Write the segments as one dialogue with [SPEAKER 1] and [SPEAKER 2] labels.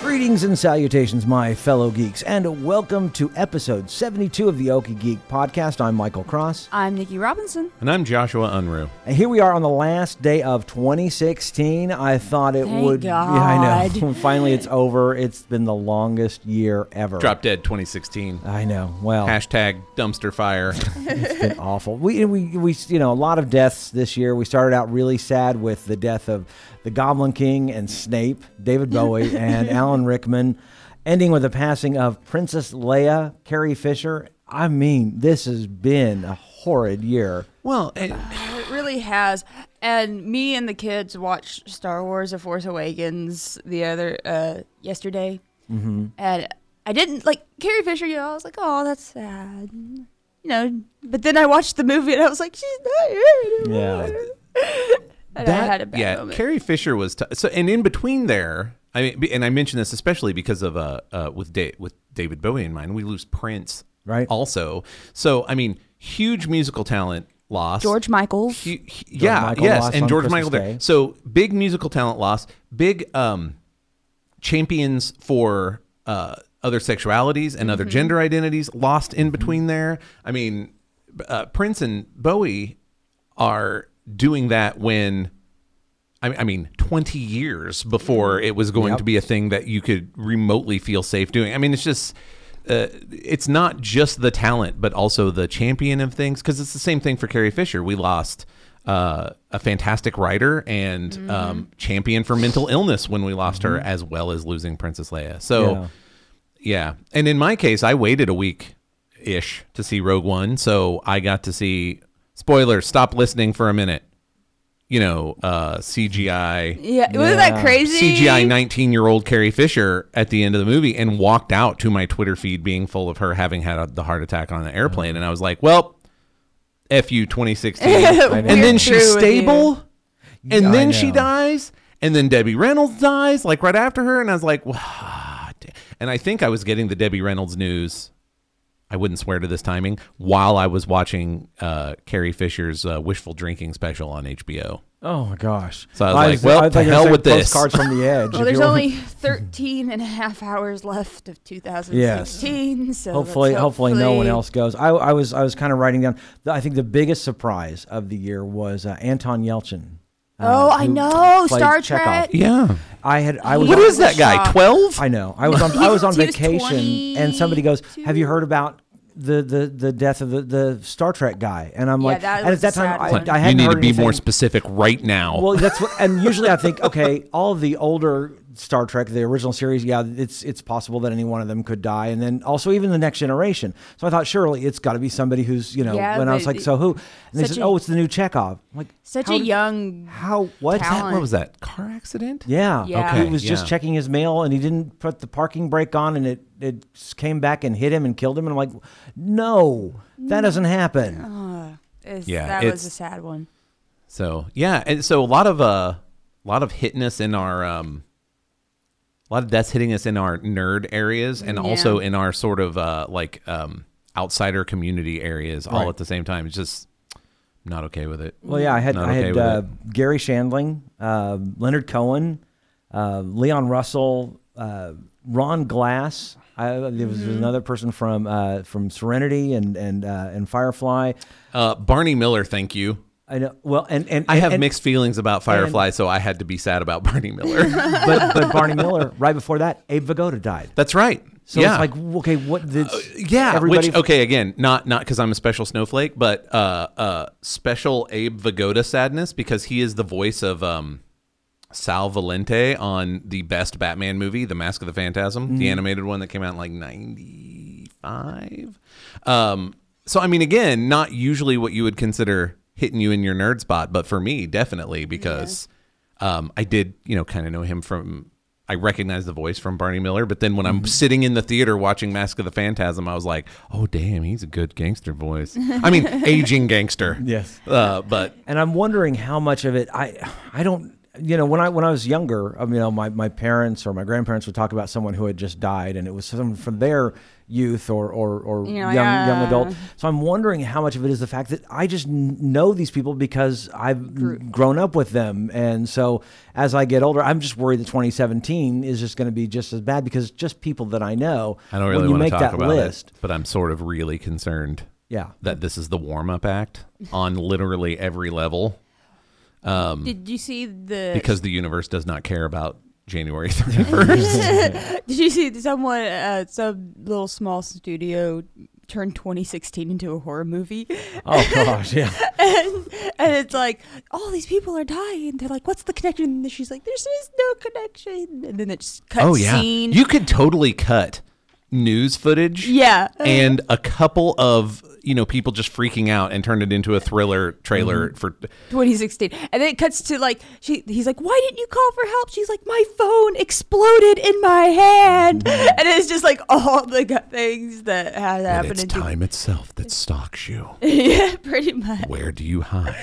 [SPEAKER 1] Greetings and salutations, my fellow geeks, and welcome to episode 72 of the Okie Geek podcast. I'm Michael Cross.
[SPEAKER 2] I'm Nikki Robinson.
[SPEAKER 3] And I'm Joshua Unruh.
[SPEAKER 1] And here we are on the last day of 2016. I thought it
[SPEAKER 2] Thank
[SPEAKER 1] would. Yeah, I know.
[SPEAKER 2] God.
[SPEAKER 1] Finally, it's over. It's been the longest year ever.
[SPEAKER 3] Drop Dead 2016.
[SPEAKER 1] I know.
[SPEAKER 3] Oh.
[SPEAKER 1] Well,
[SPEAKER 3] Hashtag dumpster fire.
[SPEAKER 1] it's been awful. We, we, we, you know, a lot of deaths this year. We started out really sad with the death of the Goblin King and Snape, David Bowie, and Alan Rickman, ending with the passing of Princess Leia, Carrie Fisher. I mean, this has been a horrid year.
[SPEAKER 3] well, and
[SPEAKER 2] It really has. And me and the kids watched Star Wars: The Force Awakens the other uh, yesterday, mm-hmm. and I didn't like Carrie Fisher. You know, I was like, oh, that's sad. You know, but then I watched the movie and I was like, she's not here anymore.
[SPEAKER 1] Yeah.
[SPEAKER 2] And I
[SPEAKER 3] that,
[SPEAKER 2] had a bad
[SPEAKER 3] yeah,
[SPEAKER 2] moment.
[SPEAKER 3] Carrie Fisher was t- so, and in between there, I mean, be- and I mention this especially because of uh, uh with da- with David Bowie in mind, we lose Prince,
[SPEAKER 1] Right.
[SPEAKER 3] Also, so I mean, huge musical talent lost.
[SPEAKER 2] George Michaels.
[SPEAKER 3] Hu- hu- yeah,
[SPEAKER 1] Michael
[SPEAKER 3] yes,
[SPEAKER 1] lost on
[SPEAKER 3] and George
[SPEAKER 1] Christmas
[SPEAKER 3] Michael there.
[SPEAKER 1] Day.
[SPEAKER 3] So big musical talent loss, big um, champions for uh, other sexualities and
[SPEAKER 1] Mm-hmm.
[SPEAKER 3] other gender identities lost in between there. I mean, uh, Prince and Bowie are doing that when. I I mean, 20 years before it was going
[SPEAKER 1] Mm-hmm. Yep.
[SPEAKER 3] to be a thing that you could remotely feel safe doing. I mean, it's just, uh, it's not just the talent, but also the champion of things. Because it's the same thing for Carrie Fisher. We lost uh, a fantastic writer and
[SPEAKER 1] Mm-hmm.
[SPEAKER 3] um, champion for mental illness when we lost her, as well as losing Princess Leia. So,
[SPEAKER 1] Yeah.
[SPEAKER 3] yeah. And in my case, I waited a week ish to see Rogue One. So I got to see, spoilers, stop listening for a minute. You know, uh, CGI.
[SPEAKER 2] yeah, wasn't that crazy?
[SPEAKER 3] CGI 19 year old Carrie Fisher at the end of the movie and walked out to my Twitter feed being full of her having had a, the heart attack on an airplane. And I was like, well, F you 2016. and then
[SPEAKER 2] We're through
[SPEAKER 3] she's
[SPEAKER 2] with
[SPEAKER 3] stable.
[SPEAKER 1] Yeah, I
[SPEAKER 3] And then she
[SPEAKER 1] know.
[SPEAKER 3] dies. And then Debbie Reynolds dies, like right after her. And I was like, wow. And I think I was getting the Debbie Reynolds news. I wouldn't swear to this timing while I was watching uh, Carrie Fisher's uh, Wishful Drinking special on HBO.
[SPEAKER 1] Oh my gosh.
[SPEAKER 3] So I was like, well,
[SPEAKER 1] I thought
[SPEAKER 3] to
[SPEAKER 1] you were
[SPEAKER 3] hell
[SPEAKER 1] saying
[SPEAKER 3] with this.
[SPEAKER 1] Postcards from the edge.
[SPEAKER 2] Well,
[SPEAKER 1] if
[SPEAKER 2] there's
[SPEAKER 1] you were-
[SPEAKER 2] only 13 and a half hours left of 2016, so let's
[SPEAKER 1] hopefully, hopefully, no one
[SPEAKER 2] hopefully-
[SPEAKER 1] else goes. I, I was I was kind of writing down. the- I think the biggest surprise of the year was uh, Anton Yelchin.
[SPEAKER 2] Oh, I
[SPEAKER 1] who
[SPEAKER 2] know
[SPEAKER 1] played
[SPEAKER 2] Star
[SPEAKER 1] Chekhov.
[SPEAKER 2] Trek.
[SPEAKER 3] Yeah.
[SPEAKER 1] I had I was
[SPEAKER 3] What
[SPEAKER 1] on,
[SPEAKER 3] is that guy?
[SPEAKER 2] Shocked.
[SPEAKER 3] 12?
[SPEAKER 1] I know I was on I was on
[SPEAKER 2] He was
[SPEAKER 1] vacation and somebody goes, "Have you heard about the the, the death of the, the Star Trek guy?" And I'm
[SPEAKER 2] Yeah,
[SPEAKER 1] like,
[SPEAKER 2] that
[SPEAKER 1] and at
[SPEAKER 2] was
[SPEAKER 1] that
[SPEAKER 2] a
[SPEAKER 1] time
[SPEAKER 2] sad
[SPEAKER 1] I,
[SPEAKER 2] one.
[SPEAKER 1] I hadn't
[SPEAKER 3] you need
[SPEAKER 1] heard
[SPEAKER 3] to be more
[SPEAKER 1] anything.
[SPEAKER 3] specific right now.
[SPEAKER 1] Well, that's what, and usually I think, okay, all of the older Star Trek, the original series, yeah, it's it's possible that any one of them could die, and then also even the next generation. So I thought, surely it's got to be somebody who's, you know,
[SPEAKER 2] Yeah,
[SPEAKER 1] when I was
[SPEAKER 2] but
[SPEAKER 1] like, so who? And they
[SPEAKER 2] such
[SPEAKER 1] said,
[SPEAKER 2] a-
[SPEAKER 1] oh, it's the new Chekhov. I'm like,
[SPEAKER 2] Such
[SPEAKER 1] how
[SPEAKER 2] a
[SPEAKER 1] did-
[SPEAKER 2] young.
[SPEAKER 1] how what?
[SPEAKER 2] talent.
[SPEAKER 3] what was that? Car accident?
[SPEAKER 1] Yeah,
[SPEAKER 2] Yeah.
[SPEAKER 1] he
[SPEAKER 2] Okay,
[SPEAKER 1] was just
[SPEAKER 3] yeah.
[SPEAKER 1] checking his mail and he didn't put the parking brake on, and it it came back and hit him and killed him. And I'm like, no, that doesn't happen.
[SPEAKER 2] Is,
[SPEAKER 3] Yeah,
[SPEAKER 2] that was
[SPEAKER 3] it's-
[SPEAKER 2] a sad one.
[SPEAKER 3] So yeah, and so a lot of uh, a lot of hitness in our um, a lot of deaths hitting us in our nerd areas, and
[SPEAKER 2] Yeah.
[SPEAKER 3] also in our sort of uh, like um, outsider community areas, all
[SPEAKER 1] Right.
[SPEAKER 3] at the same time. It's just not okay with it.
[SPEAKER 1] Well, yeah, I had
[SPEAKER 3] Not
[SPEAKER 1] I
[SPEAKER 3] okay
[SPEAKER 1] had
[SPEAKER 3] with
[SPEAKER 1] uh, Gary Shandling, uh, Leonard Cohen, uh, Leon Russell, uh, Ron Glass. I, there was another person from uh, from Serenity and and uh, and Firefly.
[SPEAKER 3] uh, Barney Miller, thank you.
[SPEAKER 1] I know. Well, and and
[SPEAKER 3] I have
[SPEAKER 1] and-
[SPEAKER 3] mixed feelings about Firefly, so I had to be sad about Barney Miller.
[SPEAKER 1] But, but Barney Miller. Right before that, Abe Vigoda died.
[SPEAKER 3] That's right.
[SPEAKER 1] So
[SPEAKER 3] yeah. Uh,
[SPEAKER 1] it's like okay, what? This,
[SPEAKER 3] Yeah,
[SPEAKER 1] everybody.
[SPEAKER 3] which okay, again, not not because I'm a special snowflake, but uh, uh, special Abe Vigoda sadness because he is the voice of um, Sal Valente on the best Batman movie, The Mask of the Phantasm, the animated one that came out in like '95. Um, so I mean, again, not usually what you would consider hitting you in your nerd spot, but for me, definitely because um, I did, you know, kind of know him from. I recognize the voice from Barney Miller, but then when
[SPEAKER 1] Mm-hmm.
[SPEAKER 3] I'm sitting in the theater watching Mask of the Phantasm, I was like, "Oh, damn, he's a good gangster voice." I mean, aging gangster.
[SPEAKER 1] Yes.
[SPEAKER 3] Uh, but
[SPEAKER 1] and I'm wondering how much of it I I don't you know, when I when I was younger, I mean, you know, my, my parents or my grandparents would talk about someone who had just died, and it was someone from their youth or or, or
[SPEAKER 2] You know,
[SPEAKER 1] young young
[SPEAKER 2] yeah.
[SPEAKER 1] adult. So I'm wondering how much of it is the fact that I just n- know these people because I've grown up with them, and so as I get older, I'm just worried that 2017 is just going to be just as bad because just people that I know.
[SPEAKER 3] I don't really
[SPEAKER 1] when you
[SPEAKER 3] want to
[SPEAKER 1] make
[SPEAKER 3] talk
[SPEAKER 1] that
[SPEAKER 3] about
[SPEAKER 1] list,
[SPEAKER 3] it, but I'm sort of really concerned
[SPEAKER 1] yeah,
[SPEAKER 3] that this is the warm up act on literally every level um,
[SPEAKER 2] Did you see the?
[SPEAKER 3] because the universe does not care about January 31st.
[SPEAKER 2] did you see someone? Uh, some little small studio turned 2016 into a horror movie,
[SPEAKER 1] oh gosh, yeah.
[SPEAKER 2] and, and it's like all these people are dying. They're like, "What's the connection?" And she's like, "There's is no connection." And then it's cut
[SPEAKER 3] oh, yeah.
[SPEAKER 2] scene.
[SPEAKER 3] You could totally cut news footage.
[SPEAKER 2] yeah.
[SPEAKER 3] and a couple of you know people just freaking out and turned it into a thriller trailer
[SPEAKER 2] Mm-hmm.
[SPEAKER 3] for
[SPEAKER 2] 2016. And then it cuts to like she he's like, "Why didn't you call for help?" She's like, "My phone exploded in my hand." And it's just like all the good things that had
[SPEAKER 3] Mm. and
[SPEAKER 2] happened
[SPEAKER 3] it's
[SPEAKER 2] in
[SPEAKER 3] time itself that stalks you
[SPEAKER 2] Yeah, pretty much.
[SPEAKER 3] where do you hide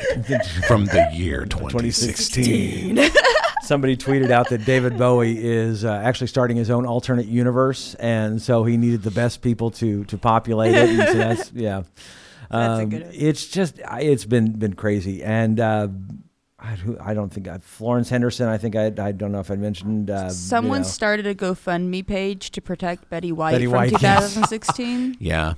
[SPEAKER 3] from the year 2016
[SPEAKER 1] Somebody tweeted out that David Bowie is uh, actually starting his own alternate universe, and so he needed the best people to to populate it. And so that's, yeah,
[SPEAKER 2] That's a
[SPEAKER 1] Um,
[SPEAKER 2] good one.
[SPEAKER 1] It's just I- it's been been crazy, and uh, I, who- I don't think I, Florence Henderson. I think I I don't know if I mentioned uh, you
[SPEAKER 2] Someone
[SPEAKER 1] know.
[SPEAKER 2] started a GoFundMe page to protect Betty White
[SPEAKER 1] Betty
[SPEAKER 2] from
[SPEAKER 1] White, yes.
[SPEAKER 2] 2016,
[SPEAKER 3] yeah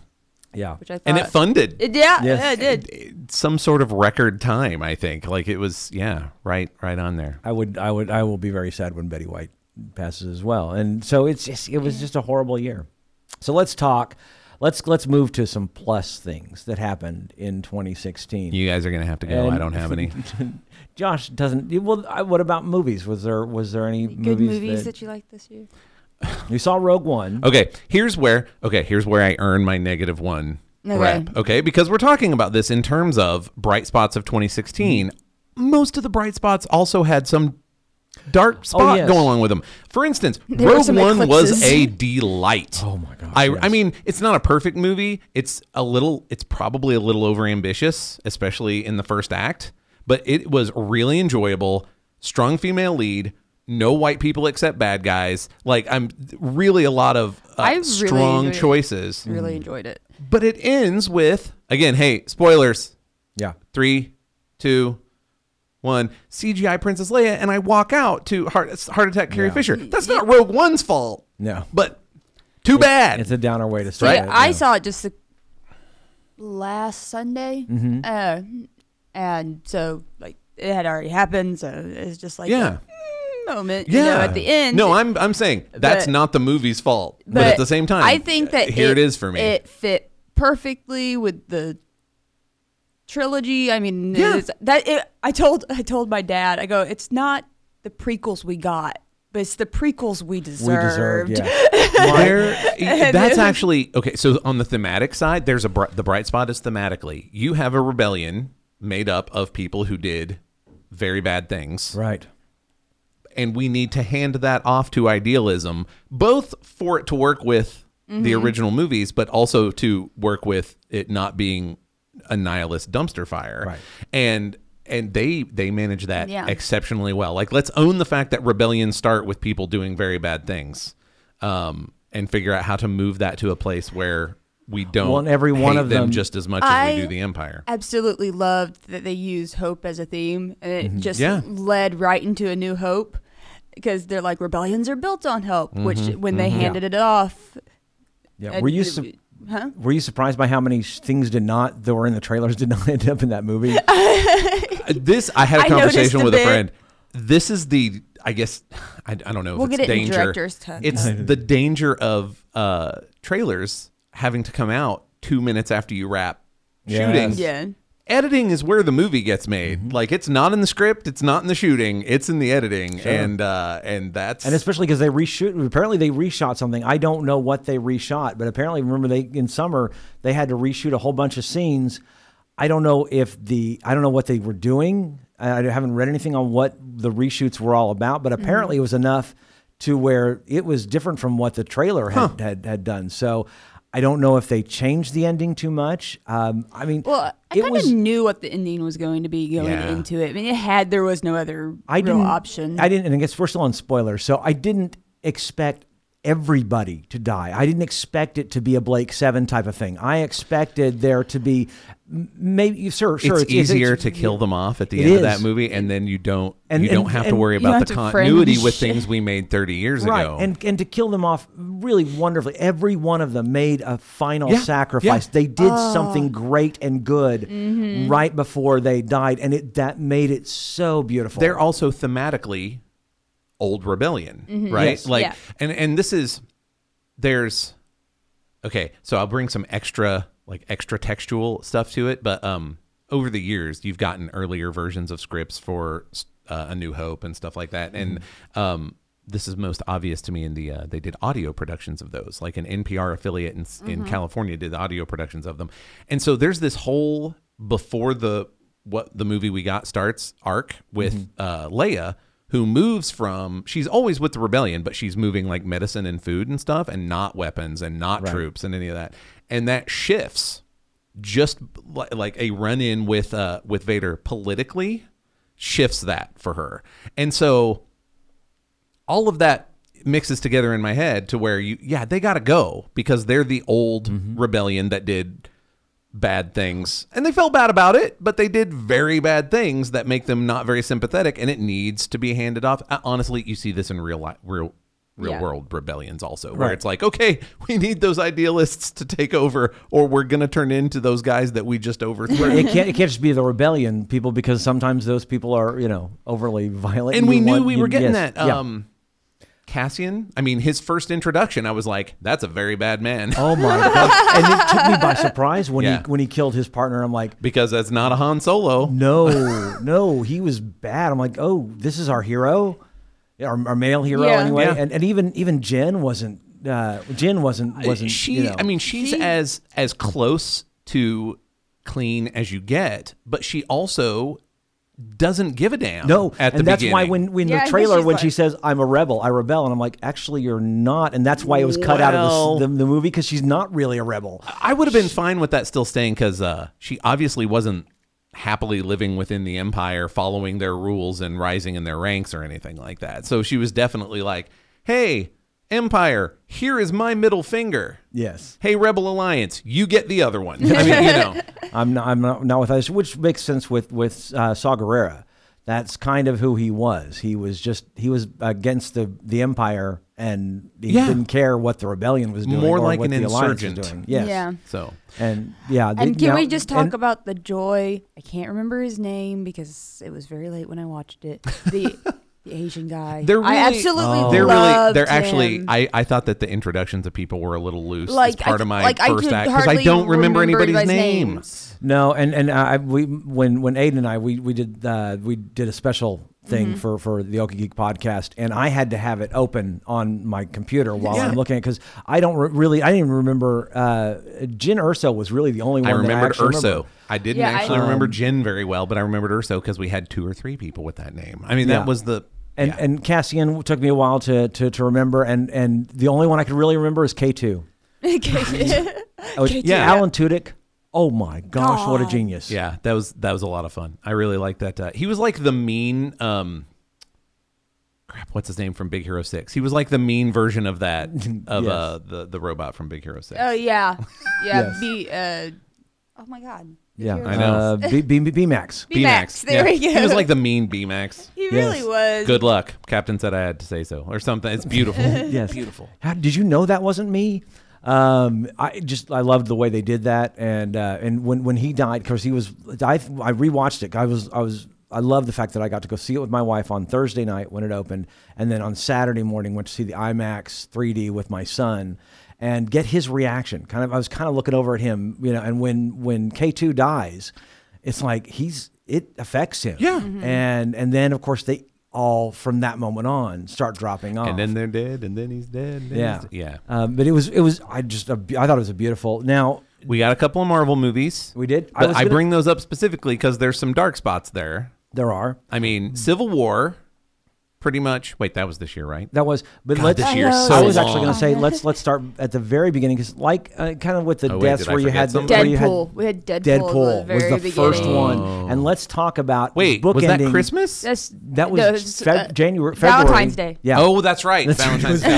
[SPEAKER 1] yeah.
[SPEAKER 2] which I thought
[SPEAKER 3] and it funded
[SPEAKER 2] It- yeah,
[SPEAKER 1] Yes.
[SPEAKER 2] yeah, Uh, it did.
[SPEAKER 3] some sort of record time i think like it was yeah right right on there
[SPEAKER 1] I would I would I will be very sad when Betty White passes as well. And so it's just it was just a horrible year. So let's talk. Let's let's move to some plus things that happened in 2016.
[SPEAKER 3] you guys are gonna have to go i
[SPEAKER 1] And-
[SPEAKER 3] don't have any
[SPEAKER 1] Josh doesn't. Well, I, what about movies? Was there was there any
[SPEAKER 2] Good
[SPEAKER 1] movies,
[SPEAKER 2] movies, that you liked this year.
[SPEAKER 1] you saw Rogue One?
[SPEAKER 3] Okay, here's where okay, here's where I earn my negative one
[SPEAKER 2] Okay.
[SPEAKER 3] rep. Okay, because we're talking about this in terms of bright spots of 2016. Most of the bright spots also had some dark spot
[SPEAKER 1] yes.
[SPEAKER 3] going along with them. For instance,
[SPEAKER 2] Oh, There were
[SPEAKER 3] Rogue
[SPEAKER 2] some
[SPEAKER 3] One
[SPEAKER 2] eclipses.
[SPEAKER 3] was a delight.
[SPEAKER 1] Oh my gosh,
[SPEAKER 3] I
[SPEAKER 1] yes.
[SPEAKER 3] I mean, it's not a perfect movie. It's a little it's probably a little overambitious, especially in the first act, but it was really enjoyable. Strong female lead, no white people except bad guys. Like I'm really a lot of uh,
[SPEAKER 2] I really
[SPEAKER 3] strong
[SPEAKER 2] enjoyed it.
[SPEAKER 3] choices.
[SPEAKER 2] Really enjoyed it.
[SPEAKER 3] But it ends with again, hey, spoilers.
[SPEAKER 1] Yeah.
[SPEAKER 3] Three, two, one. CGI Princess Leia, and I walk out to heart, heart attack Carrie
[SPEAKER 1] Yeah.
[SPEAKER 3] Fisher. That's not Rogue One's fault.
[SPEAKER 1] No.
[SPEAKER 3] but too bad.
[SPEAKER 1] It's a downer way to
[SPEAKER 2] So
[SPEAKER 1] start.
[SPEAKER 2] yeah,
[SPEAKER 1] it,
[SPEAKER 2] I
[SPEAKER 1] yeah.
[SPEAKER 2] saw it just the last Sunday, uh, and so like it had already happened. So it's just like
[SPEAKER 3] Yeah.
[SPEAKER 2] a moment, you know, at the end.
[SPEAKER 3] No, I'm I'm saying that's
[SPEAKER 2] But-
[SPEAKER 3] not the movie's fault. But, at the same time, uh,
[SPEAKER 2] I think that
[SPEAKER 3] here it is for me.
[SPEAKER 2] It fit perfectly with the trilogy. I mean,
[SPEAKER 3] Yeah.
[SPEAKER 2] it's, that it, I told I told my dad. I go, it's not the prequels we got, but it's the prequels we
[SPEAKER 1] we
[SPEAKER 2] deserved.
[SPEAKER 1] deserved. Yeah.
[SPEAKER 3] There- that's actually okay. So on the thematic side, there's a br- the bright spot is thematically. You have a rebellion made up of people who did very bad things,
[SPEAKER 1] right.
[SPEAKER 3] and we need to hand that off to idealism, both for it to work with the
[SPEAKER 1] Mm-hmm.
[SPEAKER 3] original movies, but also to work with it not being a nihilist dumpster fire.
[SPEAKER 1] Right.
[SPEAKER 3] And and they they manage that
[SPEAKER 2] Yeah.
[SPEAKER 3] exceptionally well. Like let's own the fact that rebellions start with people doing very bad things, um, and figure out how to move that to a place where we don't
[SPEAKER 1] Well, and every one
[SPEAKER 3] hate
[SPEAKER 1] of them-
[SPEAKER 3] just as much as
[SPEAKER 2] I-
[SPEAKER 3] we do the empire.
[SPEAKER 2] absolutely loved that they used hope as a theme and it just
[SPEAKER 3] Mm-hmm. Yeah.
[SPEAKER 2] led right into a new hope because they're like rebellions are built on hope
[SPEAKER 3] Mm-hmm.
[SPEAKER 2] which when they handed it off
[SPEAKER 1] Yeah.
[SPEAKER 2] uh,
[SPEAKER 1] Were you
[SPEAKER 2] it-
[SPEAKER 1] su-
[SPEAKER 2] huh
[SPEAKER 1] were you surprised by how many s- things did not that were in the trailers did not end up in that movie?
[SPEAKER 3] this I had a
[SPEAKER 2] I noticed
[SPEAKER 3] conversation
[SPEAKER 2] a
[SPEAKER 3] with a
[SPEAKER 2] bit.
[SPEAKER 3] friend. This is the I guess I, I don't know if
[SPEAKER 2] We'll
[SPEAKER 3] it's
[SPEAKER 2] get it in
[SPEAKER 3] danger.
[SPEAKER 2] director's cut.
[SPEAKER 3] It's the danger of uh trailers having to come out 2 minutes after you wrap shooting.
[SPEAKER 1] Yes. Mm-hmm.
[SPEAKER 2] yeah
[SPEAKER 3] Editing is where the movie gets made. Like it's not in the script, it's not in the shooting, it's in the editing and uh and that's
[SPEAKER 1] And especially because they reshoot. Apparently, they reshot something. I don't know what they reshot, but apparently, remember they in summer they had to reshoot a whole bunch of scenes. I don't know if the I don't know what they were doing. I I haven't read anything on what the reshoots were all about,
[SPEAKER 2] Mm-hmm.
[SPEAKER 1] but apparently, it was enough to where it was different from what the trailer had had, had done. So. I don't know if they changed the ending too much. Um, I mean,
[SPEAKER 2] Well, I
[SPEAKER 1] it
[SPEAKER 2] kind
[SPEAKER 1] was.
[SPEAKER 2] of knew what the ending was going to be going
[SPEAKER 3] Yeah.
[SPEAKER 2] into it. I mean, it had there was no other
[SPEAKER 1] I
[SPEAKER 2] real
[SPEAKER 1] didn't.
[SPEAKER 2] option.
[SPEAKER 1] I didn't, and I guess we're still on spoilers, so I didn't expect everybody to die. I didn't expect it to be a Blake Seven type of thing. I expected there to be m- maybe sure, sure,
[SPEAKER 3] it's, easier
[SPEAKER 1] it's-
[SPEAKER 3] to kill them off at the
[SPEAKER 1] It
[SPEAKER 3] end of that
[SPEAKER 1] is.
[SPEAKER 3] movie, and then you don't
[SPEAKER 1] And-
[SPEAKER 3] you
[SPEAKER 1] and-
[SPEAKER 3] don't have to
[SPEAKER 1] and
[SPEAKER 3] worry
[SPEAKER 2] You don't
[SPEAKER 3] about the
[SPEAKER 2] have to
[SPEAKER 3] continuity
[SPEAKER 2] fringe.
[SPEAKER 3] with things we made 30 years
[SPEAKER 1] right
[SPEAKER 3] ago.
[SPEAKER 1] and and to kill them off really wonderfully every one of them made a final
[SPEAKER 3] Yeah,
[SPEAKER 1] sacrifice
[SPEAKER 3] yeah.
[SPEAKER 1] they did something great and good right before they died and it that made it so beautiful
[SPEAKER 3] they're also thematically old rebellion, right?
[SPEAKER 1] Mm-hmm. Yes.
[SPEAKER 3] Like,
[SPEAKER 2] Yeah.
[SPEAKER 3] and and this is there's okay. So I'll bring some extra like extra textual stuff to it, but um, over the years you've gotten earlier versions of scripts for uh, A New Hope and stuff like that, and
[SPEAKER 1] Mm-hmm.
[SPEAKER 3] um. This is most obvious to me in the uh, they did audio productions of those, like an NPR affiliate in,
[SPEAKER 1] Mm-hmm.
[SPEAKER 3] in California did audio productions of them, and so there's this whole before the what the movie we got starts arc with uh, Leia, who moves from she's always with the rebellion, but she's moving like medicine and food and stuff, and not weapons and not troops and any of that, and that shifts just li- like a run in with uh, with Vader politically shifts that for her, and so all of that mixes together in my head to where you yeah they gotta go because they're the old rebellion that did bad things and they felt bad about it but they did very bad things that make them not very sympathetic and it needs to be handed off Uh, honestly you see this in real life real real
[SPEAKER 2] Yeah.
[SPEAKER 3] world rebellions also where
[SPEAKER 1] Right.
[SPEAKER 3] it's like okay we need those idealists to take over or we're gonna turn into those guys that we just overthrew
[SPEAKER 1] it can't, it can't just be the rebellion people because sometimes those people are you know overly violent
[SPEAKER 3] and we
[SPEAKER 1] You
[SPEAKER 3] knew
[SPEAKER 1] want-
[SPEAKER 3] we
[SPEAKER 1] you-
[SPEAKER 3] were getting
[SPEAKER 1] yes,
[SPEAKER 3] that.
[SPEAKER 1] yeah.
[SPEAKER 3] Um, Cassian, I mean, his first introduction, I was like, "That's a very bad man,"
[SPEAKER 1] oh my god and it took me by surprise when
[SPEAKER 3] Yeah.
[SPEAKER 1] he when he killed his partner i'm like
[SPEAKER 3] because that's not a Han Solo.
[SPEAKER 1] no no he was bad i'm like oh this is our hero our, our male hero
[SPEAKER 2] Yeah.
[SPEAKER 1] anyway
[SPEAKER 3] Yeah.
[SPEAKER 1] and, and even even jen wasn't uh jen wasn't wasn't
[SPEAKER 3] she,
[SPEAKER 1] you know,
[SPEAKER 3] I mean, she's
[SPEAKER 2] She-
[SPEAKER 3] as as close to clean as you get, but she also doesn't give a damn.
[SPEAKER 1] no
[SPEAKER 3] at
[SPEAKER 1] and
[SPEAKER 3] the
[SPEAKER 1] that's why
[SPEAKER 3] beginning.
[SPEAKER 1] when when
[SPEAKER 2] Yeah, I
[SPEAKER 1] the
[SPEAKER 2] think
[SPEAKER 1] trailer
[SPEAKER 2] she's
[SPEAKER 1] when she
[SPEAKER 2] like-
[SPEAKER 1] says i'm a rebel i rebel and i'm like actually you're not and that's why it was cut out
[SPEAKER 3] Well-
[SPEAKER 1] of the, the, the movie because she's not really a rebel
[SPEAKER 3] I would have been fine with that still staying because uh, she obviously wasn't happily living within the empire, following their rules and rising in their ranks or anything like that. So she was definitely like, "Hey, empire, here is my middle finger."
[SPEAKER 1] yes
[SPEAKER 3] Hey, Rebel Alliance, you get the other one. I mean, you know,
[SPEAKER 1] I'm not, I'm not, not with us, which makes sense with with uh, Saw Gerrera. That's kind of who he was. He was just he was against the the empire, and he
[SPEAKER 3] Yeah.
[SPEAKER 1] didn't care what the rebellion was doing,
[SPEAKER 3] More
[SPEAKER 1] or
[SPEAKER 3] like
[SPEAKER 1] what
[SPEAKER 3] an
[SPEAKER 1] the alliance was
[SPEAKER 3] insurgent.
[SPEAKER 1] doing. Yes.
[SPEAKER 2] Yeah.
[SPEAKER 3] so
[SPEAKER 1] and yeah.
[SPEAKER 2] And
[SPEAKER 1] the-
[SPEAKER 2] can
[SPEAKER 1] now-
[SPEAKER 2] we just talk
[SPEAKER 1] and-
[SPEAKER 2] about the joy? I can't remember his name because it was very late when I watched it. The, the Asian guy.
[SPEAKER 3] they're really,
[SPEAKER 2] I absolutely
[SPEAKER 1] Oh.
[SPEAKER 3] they're really,
[SPEAKER 2] loved
[SPEAKER 3] they're actually.
[SPEAKER 2] him.
[SPEAKER 3] I, I thought that the introductions of people were a little loose. Like
[SPEAKER 2] Like, I
[SPEAKER 3] part of
[SPEAKER 2] c-
[SPEAKER 3] my
[SPEAKER 2] like, I
[SPEAKER 3] first
[SPEAKER 2] could
[SPEAKER 3] act because I
[SPEAKER 2] hardly
[SPEAKER 3] don't remember,
[SPEAKER 2] remember
[SPEAKER 3] anybody's
[SPEAKER 2] anybody's
[SPEAKER 3] name.
[SPEAKER 2] names.
[SPEAKER 1] No, and and I we when when Aiden and I we we did uh, we did a special thing
[SPEAKER 3] Mm-hmm.
[SPEAKER 1] for for the Okie Geek podcast, and I had to have it open on my computer while
[SPEAKER 3] Yeah.
[SPEAKER 1] I'm looking at because I don't re- really I didn't even remember. Uh, Jin Urso was really the only one
[SPEAKER 3] I
[SPEAKER 1] that I
[SPEAKER 3] remembered
[SPEAKER 1] actually
[SPEAKER 3] Urso.
[SPEAKER 1] remembered.
[SPEAKER 3] I didn't
[SPEAKER 2] Yeah, I-
[SPEAKER 3] actually remember Jin very well, but I remembered Urso because we had two or three people with that name. I mean,
[SPEAKER 1] Yeah.
[SPEAKER 3] that was the
[SPEAKER 1] And
[SPEAKER 3] yeah.
[SPEAKER 1] and Cassian took me a while to, to, to remember, and, and the only one I could really remember is K two. Oh,
[SPEAKER 2] K2,
[SPEAKER 1] yeah,
[SPEAKER 3] yeah.
[SPEAKER 1] Alan Tudyk. Oh my gosh, what a
[SPEAKER 2] God.
[SPEAKER 1] genius!
[SPEAKER 3] yeah, that was that was a lot of fun. I really liked that. Uh, he was like the mean. um Crap, what's his name from Big Hero Six? He was like the mean version of that of
[SPEAKER 1] Yes.
[SPEAKER 3] uh, the the robot from Big Hero Six.
[SPEAKER 2] Oh yeah, yeah.
[SPEAKER 1] Yes.
[SPEAKER 2] B. Uh, oh my God.
[SPEAKER 1] yeah.
[SPEAKER 2] Hero
[SPEAKER 3] I know.
[SPEAKER 1] Uh, B, B, B Max.
[SPEAKER 2] B-Max, there we go.
[SPEAKER 3] He was like the mean B Max.
[SPEAKER 2] He really
[SPEAKER 1] Yes.
[SPEAKER 2] was.
[SPEAKER 3] Good luck, Captain said I had to say so or something. It's beautiful.
[SPEAKER 1] Yes.
[SPEAKER 3] beautiful.
[SPEAKER 1] How, did you know that wasn't me? Um, I just I loved the way they did that, and uh, and when when he died, because he was I I rewatched it. I was I was I love the fact that I got to go see it with my wife on Thursday night when it opened, and then on Saturday morning went to see the IMAX 3D with my son, and get his reaction. Kind of I was kind of looking over at him, you know, and when when K two dies, it's like he's it affects him.
[SPEAKER 3] Yeah.
[SPEAKER 1] and and then of course they all from that moment on start dropping off
[SPEAKER 3] And then they're dead, and then he's dead. and then
[SPEAKER 1] Oh. yeah,
[SPEAKER 3] he's- yeah.
[SPEAKER 1] Um, but it was it was I just a be- I thought it was a beautiful. Now
[SPEAKER 3] We got a couple of Marvel movies.
[SPEAKER 1] we did.
[SPEAKER 3] But
[SPEAKER 1] was
[SPEAKER 3] I,
[SPEAKER 1] gonna-
[SPEAKER 3] bring those up specifically because there's some dark spots there.
[SPEAKER 1] Mm-hmm. there are
[SPEAKER 3] I mean, Civil War, pretty much. Wait, that was this year, right?
[SPEAKER 1] That was, but
[SPEAKER 3] God,
[SPEAKER 1] let's.
[SPEAKER 3] this year's
[SPEAKER 2] I know,
[SPEAKER 3] so
[SPEAKER 1] I was actually
[SPEAKER 3] long.
[SPEAKER 1] going to say let's let's start at the very beginning because like uh, kind of with the
[SPEAKER 3] Oh, wait,
[SPEAKER 1] deaths
[SPEAKER 3] did I
[SPEAKER 1] where you
[SPEAKER 3] forget
[SPEAKER 1] had the,
[SPEAKER 3] something?
[SPEAKER 1] where you had
[SPEAKER 2] Deadpool. We had Deadpool at the
[SPEAKER 1] Deadpool was
[SPEAKER 2] very
[SPEAKER 1] the first
[SPEAKER 2] beginning.
[SPEAKER 1] one, and let's talk about
[SPEAKER 3] Oh. Wait,
[SPEAKER 1] bookending.
[SPEAKER 3] was that Christmas?
[SPEAKER 2] That's
[SPEAKER 1] That was
[SPEAKER 2] no, it's,
[SPEAKER 1] Feb-
[SPEAKER 2] uh,
[SPEAKER 1] January February.
[SPEAKER 2] Valentine's Day.
[SPEAKER 1] Yeah.
[SPEAKER 3] Oh, that's right. Valentine's Day.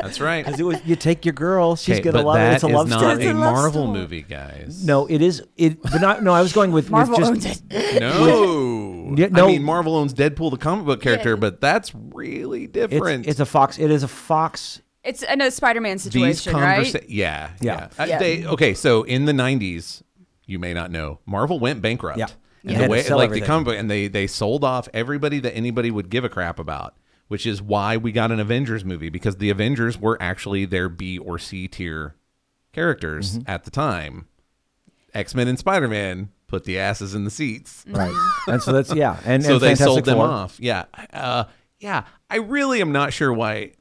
[SPEAKER 3] that's right.
[SPEAKER 1] It was, you take your girl. She's
[SPEAKER 3] Okay,
[SPEAKER 1] gonna
[SPEAKER 3] but
[SPEAKER 1] love it.
[SPEAKER 3] that
[SPEAKER 1] It's a
[SPEAKER 3] is
[SPEAKER 1] love
[SPEAKER 3] not
[SPEAKER 1] story.
[SPEAKER 2] It's
[SPEAKER 3] a
[SPEAKER 2] a love
[SPEAKER 3] Marvel
[SPEAKER 2] story.
[SPEAKER 3] movie, guys.
[SPEAKER 1] no, it is. It. But not, no, I was going with, with
[SPEAKER 2] Marvel
[SPEAKER 1] just,
[SPEAKER 2] owns it.
[SPEAKER 3] No.
[SPEAKER 1] Yeah, no.
[SPEAKER 3] I mean, Marvel owns Deadpool, the comic book character,
[SPEAKER 2] Yeah.
[SPEAKER 3] but that's really different.
[SPEAKER 1] It's, it's a fox. It is a fox.
[SPEAKER 2] It's in a Spider-Man situation,
[SPEAKER 3] conversa-
[SPEAKER 2] right?
[SPEAKER 3] Yeah.
[SPEAKER 1] Yeah.
[SPEAKER 3] Uh,
[SPEAKER 2] Yeah.
[SPEAKER 3] they- okay, so in the 90s, you may not know, Marvel went bankrupt.
[SPEAKER 1] Yeah. They
[SPEAKER 3] And
[SPEAKER 1] had
[SPEAKER 3] the
[SPEAKER 1] to
[SPEAKER 3] way,
[SPEAKER 1] sell
[SPEAKER 3] like
[SPEAKER 1] everything.
[SPEAKER 3] the comic book, and they, they sold off everybody that anybody would give a crap about, which is why we got an Avengers movie because the Avengers were actually their B or C tier characters
[SPEAKER 1] Mm-hmm.
[SPEAKER 3] at the time. X Men and Spider Man put the asses in the seats
[SPEAKER 2] Mm.
[SPEAKER 1] Right. and so that's yeah. And
[SPEAKER 3] so
[SPEAKER 1] and
[SPEAKER 3] they
[SPEAKER 1] Fantastic
[SPEAKER 3] sold them
[SPEAKER 1] Four.
[SPEAKER 3] off. Yeah, uh, yeah. I really am not sure why.